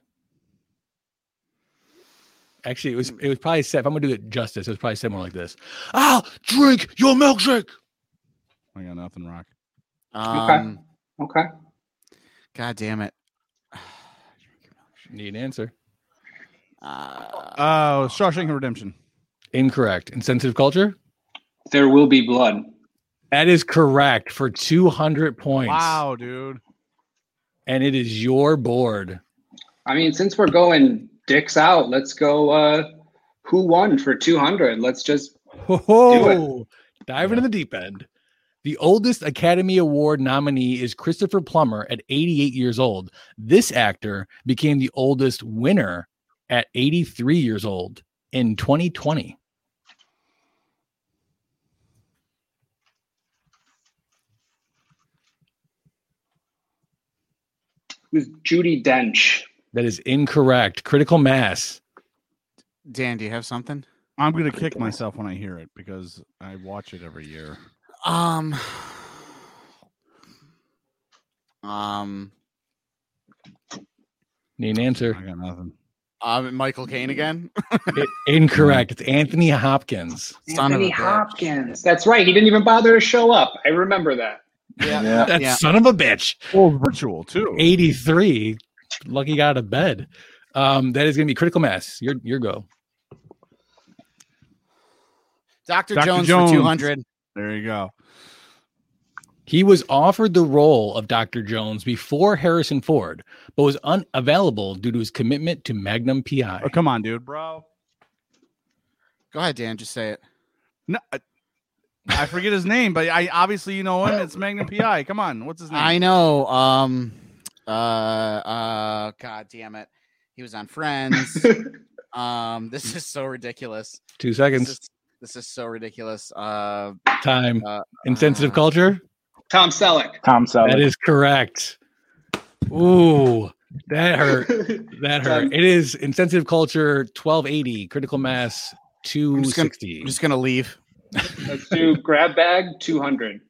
S1: Actually, it was it was probably said. If I'm gonna do it justice, it was probably said more like this. I'll drink your milkshake.
S3: I got nothing, Rock.
S4: Um,
S5: Okay.
S4: God damn it.
S1: Need an answer.
S4: Uh,
S3: Uh, Shawshank Redemption.
S1: Incorrect. Insensitive culture.
S5: There will be blood.
S1: That is correct for 200 points.
S3: Wow, dude.
S1: And it is your board.
S5: I mean, since we're going dicks out, let's go uh who won for 200? Let's just
S1: Oh, dive into the deep end. The oldest Academy Award nominee is Christopher Plummer at 88 years old. This actor became the oldest winner at 83 years old in 2020.
S5: who's Judy Dench.
S1: That is incorrect. Critical mass.
S4: Dan, do you have something?
S3: I'm going to kick myself when I hear it because I watch it every year.
S4: Um, um,
S1: Need an
S3: I
S1: answer.
S3: got nothing.
S4: um, Michael Caine again.
S1: I- incorrect. It's Anthony Hopkins.
S4: Son of a
S5: Anthony
S4: bitch.
S5: Hopkins. That's right. He didn't even bother to show up. I remember that.
S4: Yeah,
S2: Yeah.
S1: That
S4: Yeah.
S1: son of a bitch.
S3: Well, virtual, too.
S1: 83. Lucky got out of bed. Um, that is going to be critical mass. Your your go.
S4: Dr.
S3: Dr.
S4: Jones,
S3: Jones.
S4: for 200.
S3: There you go.
S1: He was offered the role of Dr. Jones before Harrison Ford, but was unavailable due to his commitment to Magnum PI.
S3: Oh, come on, dude, bro.
S4: Go ahead, Dan. Just say it.
S3: No, I, I forget his name, but I obviously you know him. It's Magnum PI. Come on, what's his name?
S4: I know. Um, uh, uh, God damn it. He was on Friends. um, this is so ridiculous.
S1: Two
S4: This
S1: seconds.
S4: is, this is so ridiculous. Uh,
S1: Time.
S4: Uh,
S1: Insensitive
S4: uh,
S1: culture.
S5: Tom Selleck.
S2: Tom
S1: That
S2: Selleck.
S1: is correct. Ooh, that hurt. That hurt.
S5: Done.
S1: It is insensitive culture 1280, critical mass
S4: just gonna-
S1: 260.
S4: I'm just gonna leave.
S5: Let's do grab bag 200.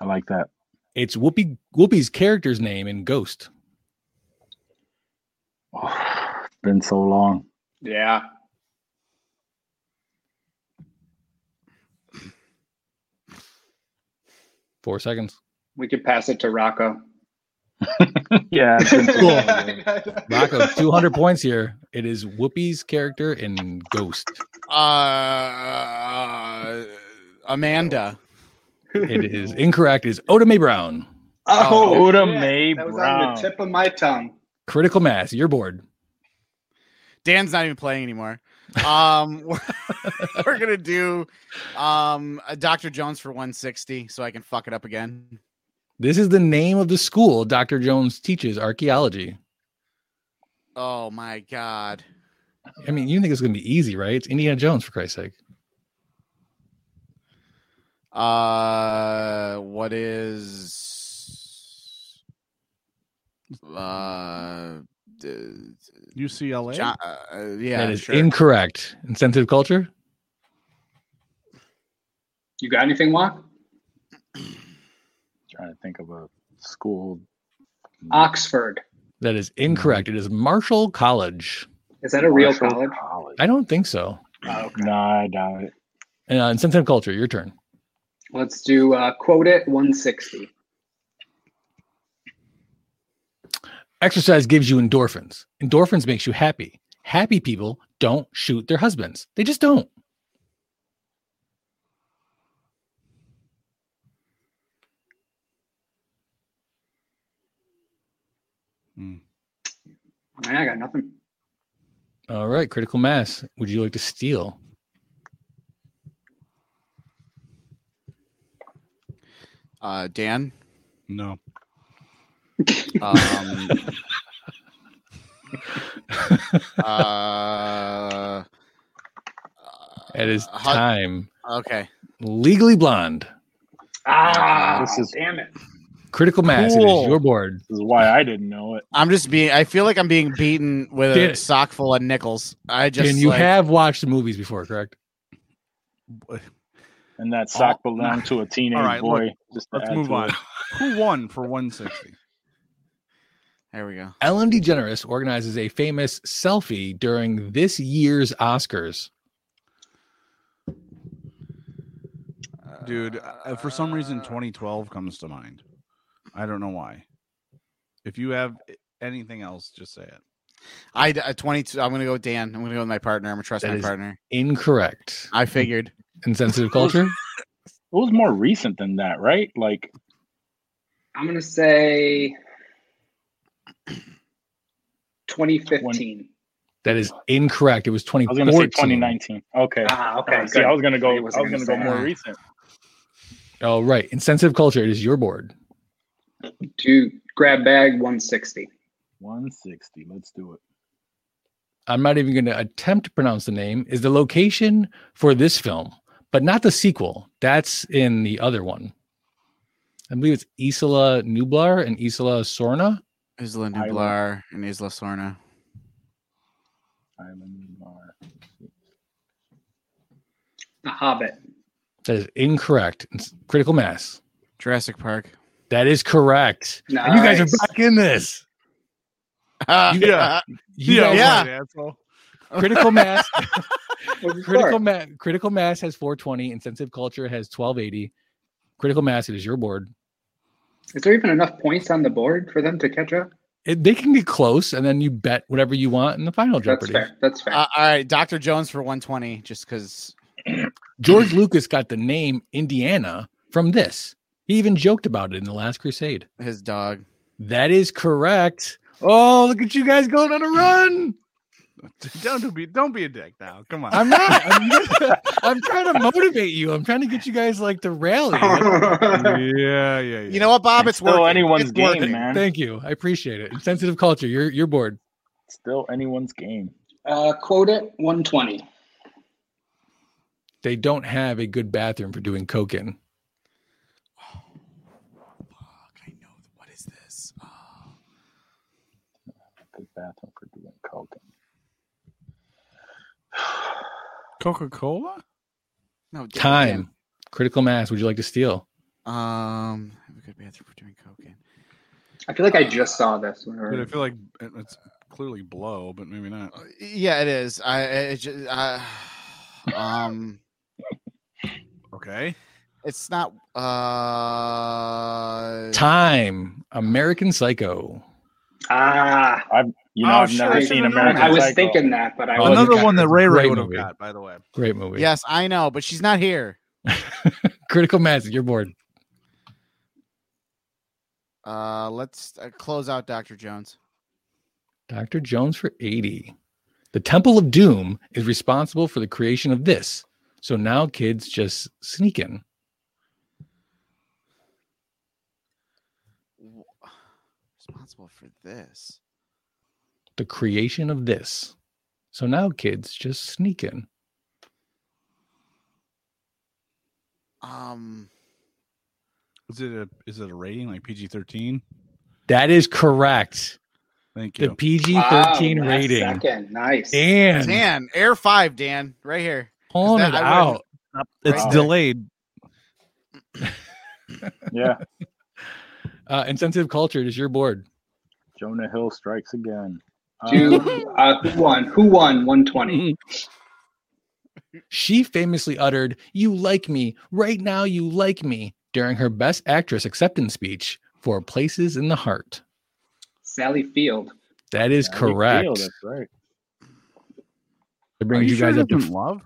S2: I like that.
S1: It's Whoopi Whoopi's character's name in Ghost.
S2: Oh, it's been so long.
S5: Yeah.
S1: Four seconds.
S5: We could pass it to Rocco.
S2: Yeah. It's been so long. dude.
S1: Rocco, 200 points here. It is Whoopi's character in Ghost.
S4: Uh, Amanda.
S1: It is incorrect. It is Oda Mae Brown.
S5: Oh,
S2: Oda
S5: shit.
S2: Mae
S5: That was on
S2: Brown.
S5: the tip of my tongue.
S1: Critical mass. You're bored.
S4: Dan's not even playing anymore. Um, we're, we're gonna do um a Dr. Jones for 160, so I can fuck it up again.
S1: This is the name of the school Dr. Jones teaches archaeology.
S4: Oh my god.
S1: I mean, you think it's going to be easy, right? It's Indiana Jones, for Christ's sake.
S4: Uh, what is uh, d-
S3: UCLA.
S4: John, uh yeah,
S1: that is
S4: sure.
S1: incorrect. Incentive culture?
S5: You got anything, Locke?
S2: trying to think of a school.
S5: Oxford.
S1: That is
S4: Mm-hmm.
S1: incorrect. It is Marshall College.
S5: Is that a real
S2: Marshall
S5: college?
S2: college.
S1: I don't think so.
S5: Oh, okay.
S2: No, I doubt it.
S1: Uh, incentive culture, your turn.
S5: Let's do uh, quote it 160.
S1: Exercise gives you endorphins. Endorphins makes you happy. Happy people don't shoot their husbands. They just don't.
S5: Oh, Man, I got nothing.
S1: All right, critical mass. Would you like to steal?
S4: uh, Dan.
S3: No.
S4: Um, uh,
S1: It is
S4: uh, hu-
S1: time.
S4: Okay.
S1: Legally blonde.
S5: Ah,
S2: This is-
S5: damn it.
S1: Critical mass. It is
S4: Cool.
S1: your board.
S2: This is why I didn't know it.
S4: I'm just being. I feel like I'm being beaten with
S1: Dan-
S4: a sock full of nickels. I just.
S1: and you
S4: like-
S1: have watched the movies before, correct?
S2: And that sock belonged to a teenage
S3: Oh. All right,
S2: boy.
S3: look,
S2: just to
S3: Let's
S2: add
S3: move
S2: to
S3: on.
S2: it.
S3: Who won for 160?
S4: There we go.
S1: Ellen DeGeneres organizes a famous selfie during this year's Oscars.
S3: Dude, uh, for some reason, 2012 comes to mind. I don't know why. If you have anything else, just say it.
S4: I uh, 22. I'm gonna go with Dan. I'm gonna go with my partner. I'm gonna trust
S1: That
S4: my
S1: is-
S4: partner.
S1: Incorrect.
S4: I figured.
S1: Insensitive culture.
S2: It was more recent than that, right? Like
S5: I'm going to say 2015.
S1: That is incorrect. It was
S2: I was gonna say
S1: 2014.
S2: 2019. Okay.
S5: Ah, okay.
S2: Okay, see, I was gonna go. I
S5: It
S2: was
S5: was
S2: gonna,
S5: gonna
S2: go
S5: say
S2: more
S4: that.
S2: recent.
S1: Oh, right. Insensitive culture. It is your board.
S5: to grab bag 160.
S2: 160. Let's do it.
S1: I'm not even going to attempt to pronounce the name. Is the location for this film, but not the sequel. That's in the other one. I believe it's Isola Nublar and Isola Sorna.
S4: Isla
S2: Isla.
S4: Nublar and Isla Sorna.
S2: Island Mar.
S5: The Hobbit.
S1: That is incorrect. It's critical mass.
S4: Jurassic Park.
S1: That is correct. And you guys
S5: Nice.
S1: are back in this.
S3: Yeah.
S1: You guys
S4: yeah.
S3: right, asshole.
S1: critical mass
S5: Well, of
S1: critical
S5: course.
S1: mass critical mass has 420 and sensitive culture has 1280 critical mass it is your board
S5: Is there even enough points on the board for them to catch up?
S1: it, they can get close and then you bet whatever you want in the final
S5: That's
S1: jeopardy
S5: fair. That's fair.
S4: Uh, all right, Dr. Jones for 120, just because.
S1: george lucas got the name indiana from this he even joked about it in the last crusade
S4: his dog.
S1: that is correct oh look at you guys going on a run
S3: Don't be don't be a dick now. Come on.
S1: i'm not i'm, I'm trying to motivate you i'm trying to get you guys like to rally
S3: Ah. yeah, yeah, yeah.
S4: You know what, Bob? It's
S2: still
S4: working.
S2: anyone's
S4: It's
S2: game,
S4: working.
S2: man.
S1: thank you i appreciate it sensitive culture your your board
S2: Still anyone's game.
S5: Uh, quote it 120.
S1: they don't have a good bathroom for doing coke in
S4: Fuck, I know. What is this? Oh,
S2: Good bathroom for doing coke.
S3: Coca Cola?
S4: No, Dan-
S1: Time. Critical mass. Would you like to steal?
S4: Dan. Um, have a good bathroom for doing cocaine.
S5: I feel like I just saw this. when we
S3: Dude, I
S5: were-
S3: feel like it- it's clearly blow, but maybe not.
S4: Uh, Yeah, it is. I. It just, uh, um,
S3: Okay.
S4: it's not. Uh,
S1: Time. American Psycho.
S5: Ah,
S2: You know,
S3: Oh,
S2: I've
S3: shit, I
S2: never
S3: should've
S2: seen
S3: known
S2: American.
S3: that.
S5: I was
S2: Psycho.
S5: thinking that, but I
S1: Oh,
S3: Another
S1: you got
S3: one that Ray Ray
S1: Great
S3: would have
S1: movie.
S3: got, by the way.
S1: Great movie.
S4: Yes, I know, but she's not here.
S1: Critical mass. You're bored.
S4: Uh, let's uh, close out Dr. Jones.
S1: Dr. Jones for 80. The Temple of Doom is responsible for the creation of this. So now kids just sneak in.
S4: Wh- Responsible for this.
S1: The creation of this. So now kids just sneak in.
S4: Um,
S3: Is it a is it a rating like PG thirteen?
S1: That is correct.
S3: Thank
S1: The
S3: you.
S1: PG
S5: Wow,
S1: 13
S5: last
S1: rating.
S5: Second. Nice.
S1: Dan,
S4: Dan, Air Five, Dan, right here.
S1: calling
S4: that-
S1: it
S4: I would've-
S1: out.
S3: it's
S2: Wow.
S3: delayed.
S2: Yeah.
S1: Uh, insensitive culture is your board.
S2: Jonah Hill strikes again.
S5: Two,
S2: Um,
S5: uh, who won? Who won? 120.
S3: Mm.
S1: She famously uttered, You like me, right now you like me, during her Best Actress acceptance speech for Places in the Heart.
S5: Sally Field.
S1: That is
S2: Abby
S1: correct.
S2: Field, that's right.
S1: It
S3: Are
S1: brings you,
S3: sure
S1: guys
S3: it
S1: up to.
S3: isn't love.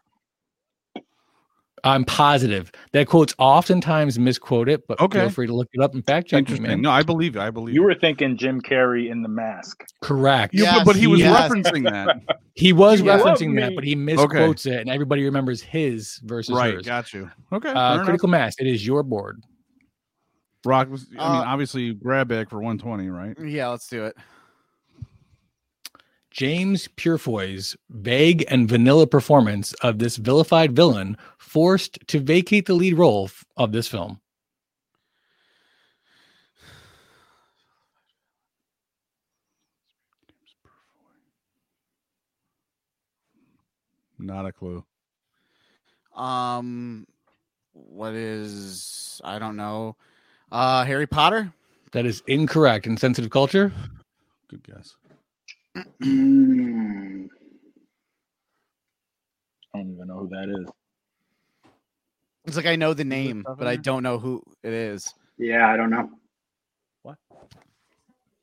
S1: I'm positive that quote's oftentimes misquote it, but
S3: Okay.
S1: feel free to look it up and fact check me,
S3: Interesting.
S1: man.
S3: No, I believe you. I believe
S2: You were thinking Jim Carrey in the mask.
S1: Correct.
S3: You- but-
S4: Yes,
S3: but he was
S4: yes.
S3: referencing that.
S1: He was
S2: You love
S1: referencing that,
S2: me.
S1: but he misquotes it, and everybody remembers his versus
S3: right.
S1: hers.
S3: Got you. Okay. fair
S1: Uh,
S3: enough.
S1: critical mass. It is your board.
S3: Rock was. I mean,
S4: Uh,
S3: obviously, grab bag for one twenty, right?
S4: Yeah, let's do it.
S1: James Purefoy's vague and vanilla performance of this vilified villain forced to vacate the lead role f- of this film.
S3: Not a clue.
S4: Um, what is I don't know. Uh, Harry Potter.
S1: That is incorrect. Insensitive culture.
S3: Good guess.
S5: Mm,
S2: I don't even know who that is.
S4: It's like I know the
S3: it
S4: name,
S3: stuff in
S4: but I
S3: there?
S4: don't know who it is.
S5: yeah, I don't know.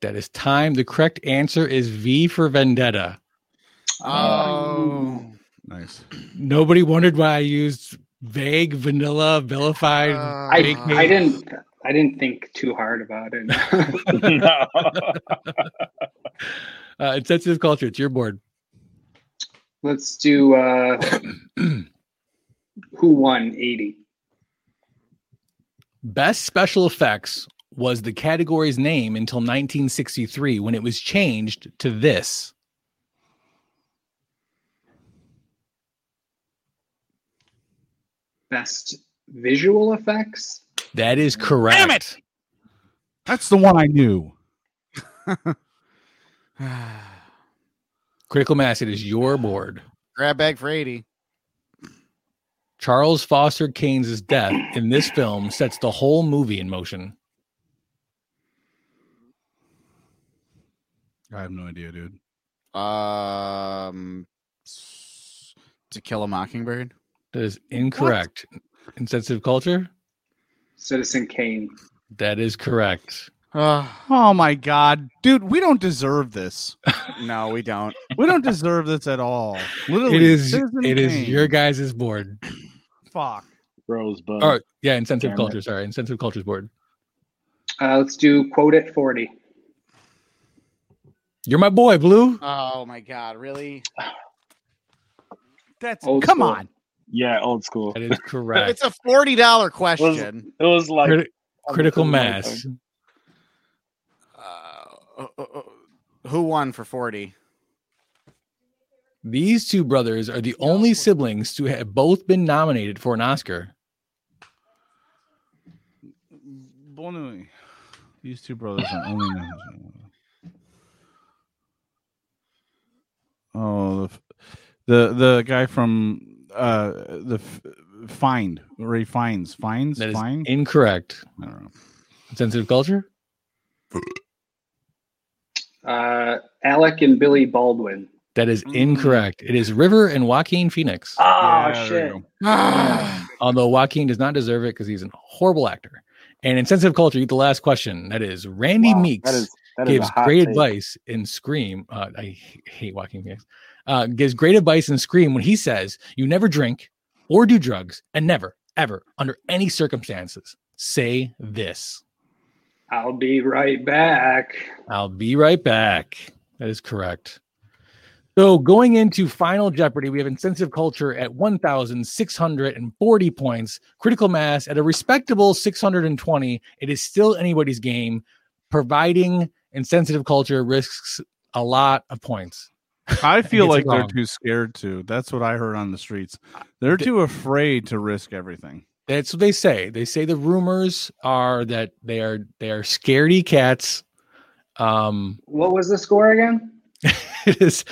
S1: That is time. The correct answer is V for Vendetta.
S4: Oh,
S3: Nice.
S1: Nobody wondered why I used vague, vanilla, vilified.
S4: Uh.
S5: I,
S1: Make me-
S5: I didn't I didn't think too hard about it.
S2: no.
S1: uh, insensitive culture. It's your board.
S5: Let's do uh, who won 80.
S1: Best special effects was the category's name until 1963 when it was changed to this.
S5: Best visual effects.
S1: That is correct.
S3: Damn it! That's the one I knew.
S1: Critical mass. It is your board.
S4: grab bag for eighty.
S1: Charles Foster Keynes' death in this film sets the whole movie in motion.
S3: I have no idea, dude.
S4: Um, s- To Kill a Mockingbird.
S1: That is incorrect. Insensitive culture.
S5: Citizen Kane.
S1: That is correct.
S4: Uh,
S3: Oh my god, dude, we don't deserve this.
S4: no, we don't.
S3: We don't deserve this at all. Literally,
S1: It is.
S3: Citizen
S1: It is
S3: Kane.
S1: your guys' board.
S3: Fuck.
S2: Rosebud.
S1: Or yeah, insensitive
S2: Oh. Damn it.
S1: culture. Sorry, insensitive cultures board.
S5: Uh, let's do quote at 40.
S1: You're my boy, Blue.
S4: Oh my God, really?
S3: That's
S5: Old
S3: come
S5: school.
S3: on.
S2: Yeah, old school.
S1: That is correct.
S4: It's a forty dollar question.
S2: It was like
S1: Criti-
S2: I'm
S1: critical
S2: doing my
S1: mass.
S2: thing.
S4: Uh, uh, uh, uh, who won for forty?
S1: These two brothers are the only siblings to have both been nominated for an Oscar.
S3: Bonui. These two brothers are only known. Oh, the, f- the the guy from uh the f- find Ray Fines Fines
S1: That is
S3: Fine.
S1: incorrect.
S3: I don't know.
S1: Sensitive culture.
S5: Uh, Alec and Billy Baldwin.
S1: That is
S3: Mm.
S1: incorrect. It is River and Joaquin Phoenix.
S5: Oh,
S3: Yeah, there
S5: shit.
S3: you go.
S1: Although Joaquin does not deserve it because he's a horrible actor. And insensitive culture. The last question. That is Randy
S2: Wow,
S1: Meeks.
S2: That is, that is a
S1: gives
S2: hot
S1: great
S2: take.
S1: advice in Scream. Uh, I h- hate Walking Phoenix. Uh, gives great advice in Scream when he says, "You never drink or do drugs, and never, ever, under any circumstances, say this."
S5: I'll be right back.
S1: I'll be right back. That is correct. So going into Final Jeopardy, we have insensitive culture at 1,640 points, critical mass at a respectable 620. It is still anybody's game, providing insensitive culture risks a lot of points.
S3: I feel
S1: It's
S3: like they're
S1: wrong.
S3: too scared to. That's what I heard on the streets. They're too afraid to risk everything.
S1: That's what they say. They say the rumors are that they are they are scaredy cats. Um,
S5: What was the score again?
S1: it is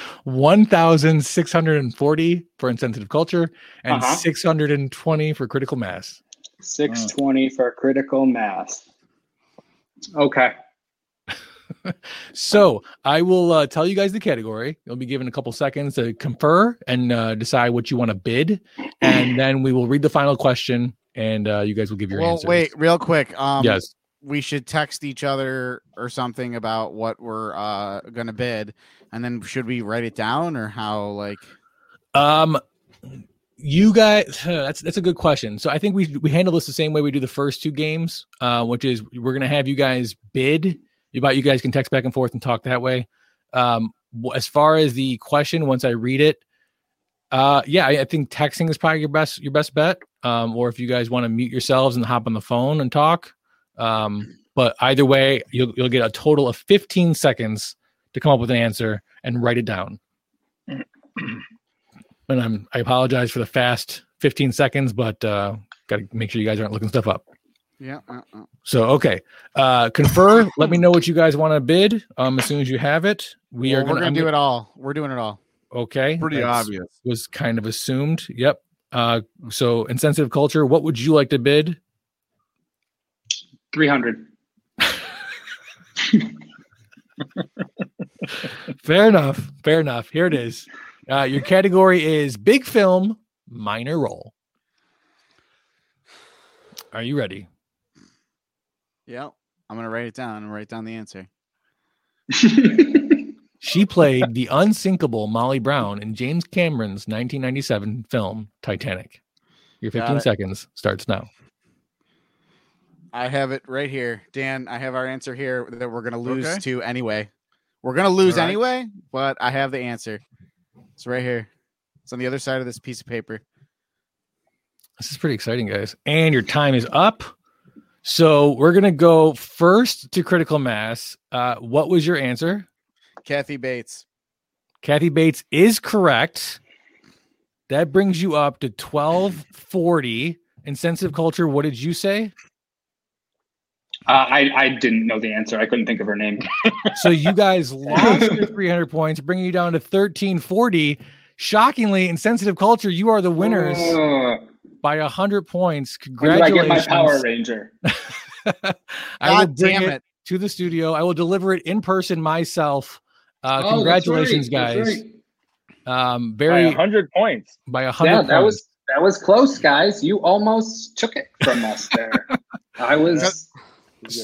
S1: 1,640 for insensitive culture and
S5: Uh-huh.
S1: 620 for critical mass.
S5: 620 for critical mass. Okay.
S1: So I will uh, tell you guys the category. You'll be given a couple seconds to confer and uh, decide what you want to bid, and then we will read the final question, and uh, you guys will give your
S4: well,
S1: answers.
S4: wait, real quick. Um,
S1: yes,
S4: we should text each other or something about what we're uh gonna bid, and then should we write it down or how? Like,
S1: um, you guys, that's that's a good question. So I think we we handle this the same way we do the first two games, uh, which is we're gonna have you guys bid. About you guys can text back and forth and talk that way. Um, wh- as far as the question, once I read it, Uh, yeah, I, I think texting is probably your best your best bet. Um, or if you guys want to mute yourselves and hop on the phone and talk. Um, but either way, you'll you'll get a total of 15 seconds to come up with an answer and write it down. and I'm I apologize for the fast 15 seconds, but uh, got to make sure you guys aren't looking stuff up.
S4: yeah, uh, uh.
S1: So okay, uh, confer. let me know what you guys want to bid. Um, as soon as you have it, we
S4: Well,
S1: are
S4: we're
S1: gonna,
S4: gonna do it all. We're doing it all.
S1: Okay,
S3: Pretty
S1: that's-
S3: obvious.
S1: was kind of assumed. Yep. Uh, so insensitive culture. What would you like to bid?
S5: 300.
S1: Fair enough. Fair enough. Here it is. Uh, your category is big film, minor role. Are you ready?
S4: Yep. I'm gonna write it down and write down the answer.
S1: She played the unsinkable Molly Brown in James Cameron's 1997 film Titanic. Your
S4: Got
S1: 15
S4: it.
S1: seconds starts now.
S4: I have it right here, Dan. I have our answer here that we're gonna lose
S3: Okay.
S4: to anyway. We're gonna lose
S3: All right.
S4: anyway, but I have the answer. It's right here. It's on the other side of this piece of paper.
S1: This is pretty exciting, guys. And your time is up. So we're gonna go first to critical mass. Uh, what was your answer?
S4: Kathy Bates.
S1: Kathy Bates is correct. That brings you up to 1240. Insensitive culture, what did you say?
S5: Uh, I, I didn't know the answer. I couldn't think of her name.
S1: So you guys lost your 300 points, bringing you down to 1340. Shockingly, insensitive culture, you are the winners
S5: Ugh.
S1: by 100 points.
S5: Oh. when do I get my
S1: Congratulations. Uh,
S5: Power Ranger?
S1: I will
S4: God
S1: bring
S4: damn
S1: it
S4: it.
S1: to the studio. I will deliver it in person myself. Uh,
S5: Oh, that's
S1: congratulations,
S5: right, that's
S1: guys.
S5: right.
S1: Um,
S2: By
S1: very
S2: 100 points.
S1: by 100
S5: Yeah, that
S1: points.
S5: was that was close, guys. You almost took it from us there. I was.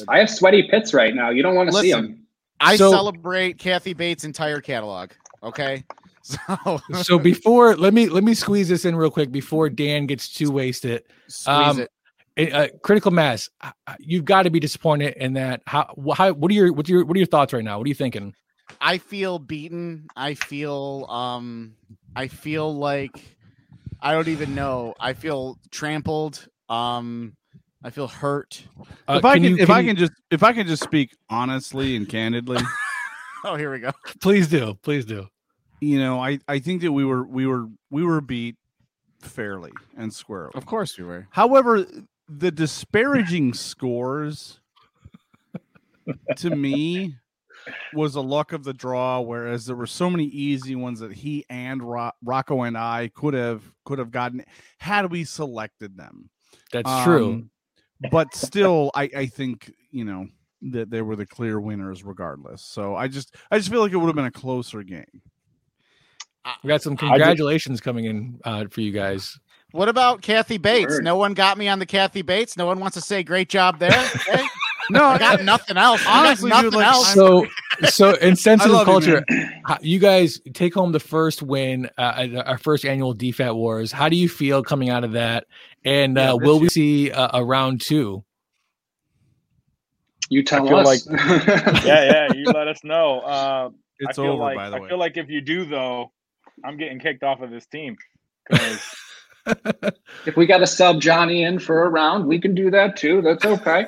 S5: I have sweaty pits right now. You don't want to see
S4: Listen.
S5: them.
S4: I
S1: So-
S4: celebrate Kathy Bates' entire catalog. Okay. So,
S1: so before let me let me squeeze this in real quick before Dan gets too wasted.
S4: squeeze
S1: um,
S4: it.
S1: Uh, uh, critical mass. uh, uh, You've got to be disappointed in that. How, wh- how? What are your what are your what are your thoughts right now? What are you thinking?
S4: I feel beaten. I feel um I feel like I don't even know. I feel trampled. Um I feel hurt.
S1: Uh,
S3: if I can,
S1: you-
S3: if I
S1: you-
S3: can just, if I can just speak honestly and candidly,
S4: Oh, here we go.
S1: please do, please do.
S3: you know, I, I think that we were, we were, we were beat fairly and squarely.
S4: Of course you were.
S3: However, the disparaging scores to me was a luck of the draw, whereas there were so many easy ones that he and Ro- Rocco and I could have could have gotten had we selected them.
S1: That's true.
S3: Um, But still, I, I think you know that they were the clear winners regardless. So I just I just feel like it would have been a closer game.
S1: We got some
S2: I did-
S1: congratulations coming in uh, for you guys.
S4: What about Kathy Bates?
S5: Word.
S4: No one got me on the Kathy Bates. No one wants to say great job there. Okay?
S3: No,
S4: I got nothing else.
S3: Honestly,
S4: Honestly,
S3: dude,
S4: nothing
S3: like,
S4: else.
S3: I'm-
S1: So, so
S3: I
S1: insensitive
S3: love you,
S1: culture. how- You, guys take home the first win, uh, at our first annual DFAT Wars. How do you feel coming out of that? And
S3: Yeah,
S1: uh,
S3: this
S1: will we see uh, a round two?
S5: You tell
S2: feel
S5: us.
S2: Yeah, yeah. You let us know. Uh,
S3: It's
S2: I feel
S3: over,
S2: like,
S3: by the
S2: I
S3: way.
S2: feel like if you do though, I'm getting kicked off of this team. 'Cause
S5: If we got to sub Johnny in for a round, we can do that too. That's okay.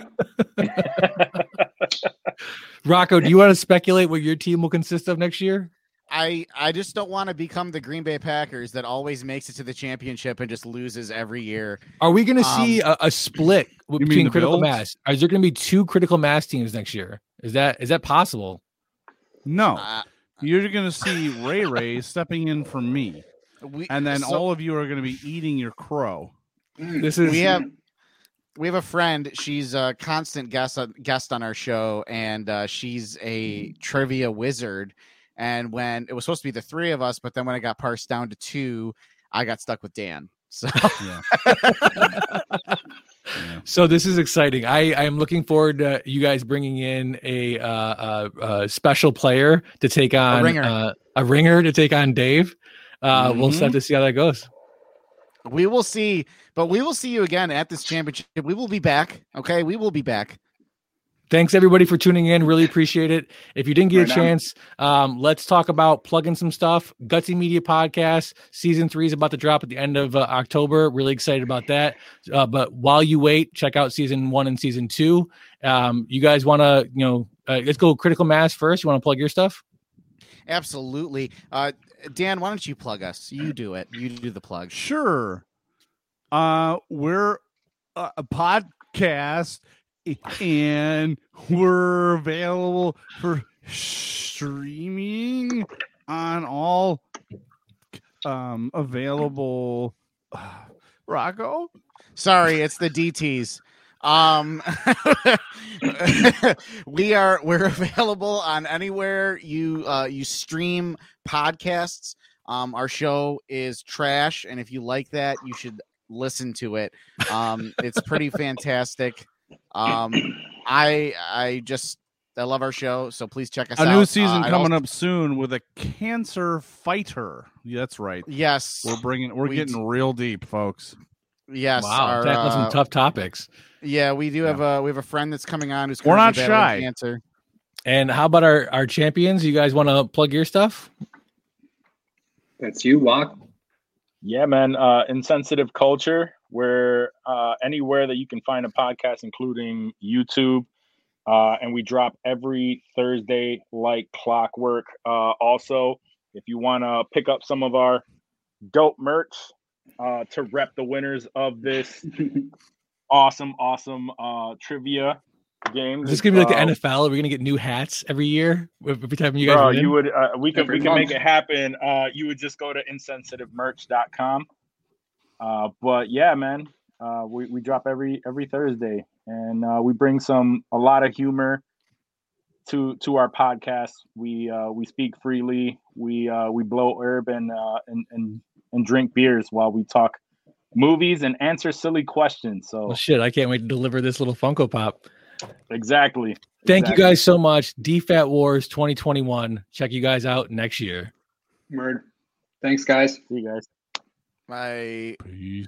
S1: Rocco, do you want to speculate what your team will consist of next year?
S4: I I just don't want to become the Green Bay Packers that always makes it to the championship and just loses every year.
S1: Are we going to see a, a split
S3: Um, mean
S1: between
S3: the
S1: critical
S3: Bills?
S1: mass? Is there going to be two critical mass teams next year? Is that is that possible?
S3: No,
S4: Uh,
S3: you're going to see Ray Ray stepping in for me,
S4: we,
S3: and then
S4: so-
S3: all of you are going to be eating your crow.
S1: This is
S4: we have we have a friend she's a constant guest on, guest on our show and uh, she's a trivia wizard and when it was supposed to be the three of us but then when it got parsed down to two i got stuck with dan so
S3: Yeah. Yeah.
S1: so. This is exciting. I I am looking forward to you guys bringing in a uh, uh, uh, special player to take on
S4: ringer.
S1: Uh, a ringer to take on Dave. Uh, We'll just have
S5: Mm-hmm.
S1: to see how that goes.
S4: we will see but we will see you again at this championship we will be back okay we will be back
S1: Thanks everybody for tuning in. Really appreciate it. If you didn't get
S5: Right
S1: a
S5: on.
S1: chance, um, let's talk about plugging some stuff. Gutsy Media Podcast season three is about to drop at the end of uh, October. Really excited about that. Uh, but while you wait, check out season one and season two. Um, you guys want to, you know, uh, let's go critical mass first. You want to plug your stuff?
S4: absolutely uh, dan why don't you plug us you do it you do the plug
S3: Sure. Uh, we're a, a podcast and we're available for streaming on all um available Rocco.
S4: Sorry, it's the DTs. Um, we are we're available on anywhere you uh, you stream podcasts. Um, our show is trash, and if you like that, you should listen to it. Um, it's pretty fantastic. Um, I I just I love our show, so please check us
S3: A
S4: out.
S3: new season
S4: Uh, I'd
S3: coming up soon with a cancer fighter. Yeah, that's right.
S4: al- Yes,
S3: We're bringing we're
S4: We
S3: getting real deep, folks.
S4: yes.
S1: wow,
S4: our,
S1: tackling
S4: uh,
S1: some tough topics.
S4: yeah, we do have a we have a friend that's coming on who's
S3: We're
S4: currently
S3: not
S4: battling
S3: shy.
S4: Cancer.
S1: And how about our our champions? You guys want to plug your stuff?
S5: That's you, Walk.
S2: yeah, man. Uh, insensitive culture. Where uh, anywhere that you can find a podcast, including YouTube, uh, and we drop every Thursday like clockwork. Uh, also, if you want to pick up some of our dope merch uh, to rep the winners of this awesome, awesome uh, trivia game.
S1: Is this gonna be like the
S2: Uh,
S1: NFL? Are we gonna get new hats every year? Every time you guys,
S2: Bro,
S1: win?
S2: you would uh, we could
S5: Every
S2: we could make
S5: month.
S2: it happen. Uh, you would just go to insensitivemerch.com. Uh, but yeah, man, uh, we we drop every every Thursday, and uh, we bring some a lot of humor to to our podcast. We uh, we speak freely. We uh, we blow herb and uh, and and and drink beers while we talk movies and answer silly questions. So
S1: Well, shit, I can't wait to deliver this little Funko Pop.
S2: exactly.
S1: Thank
S2: Exactly.
S1: you guys so much. DFAT Wars 2021. Check you guys out next year.
S5: Word. Thanks, guys.
S2: See you guys.
S4: My
S3: Peace.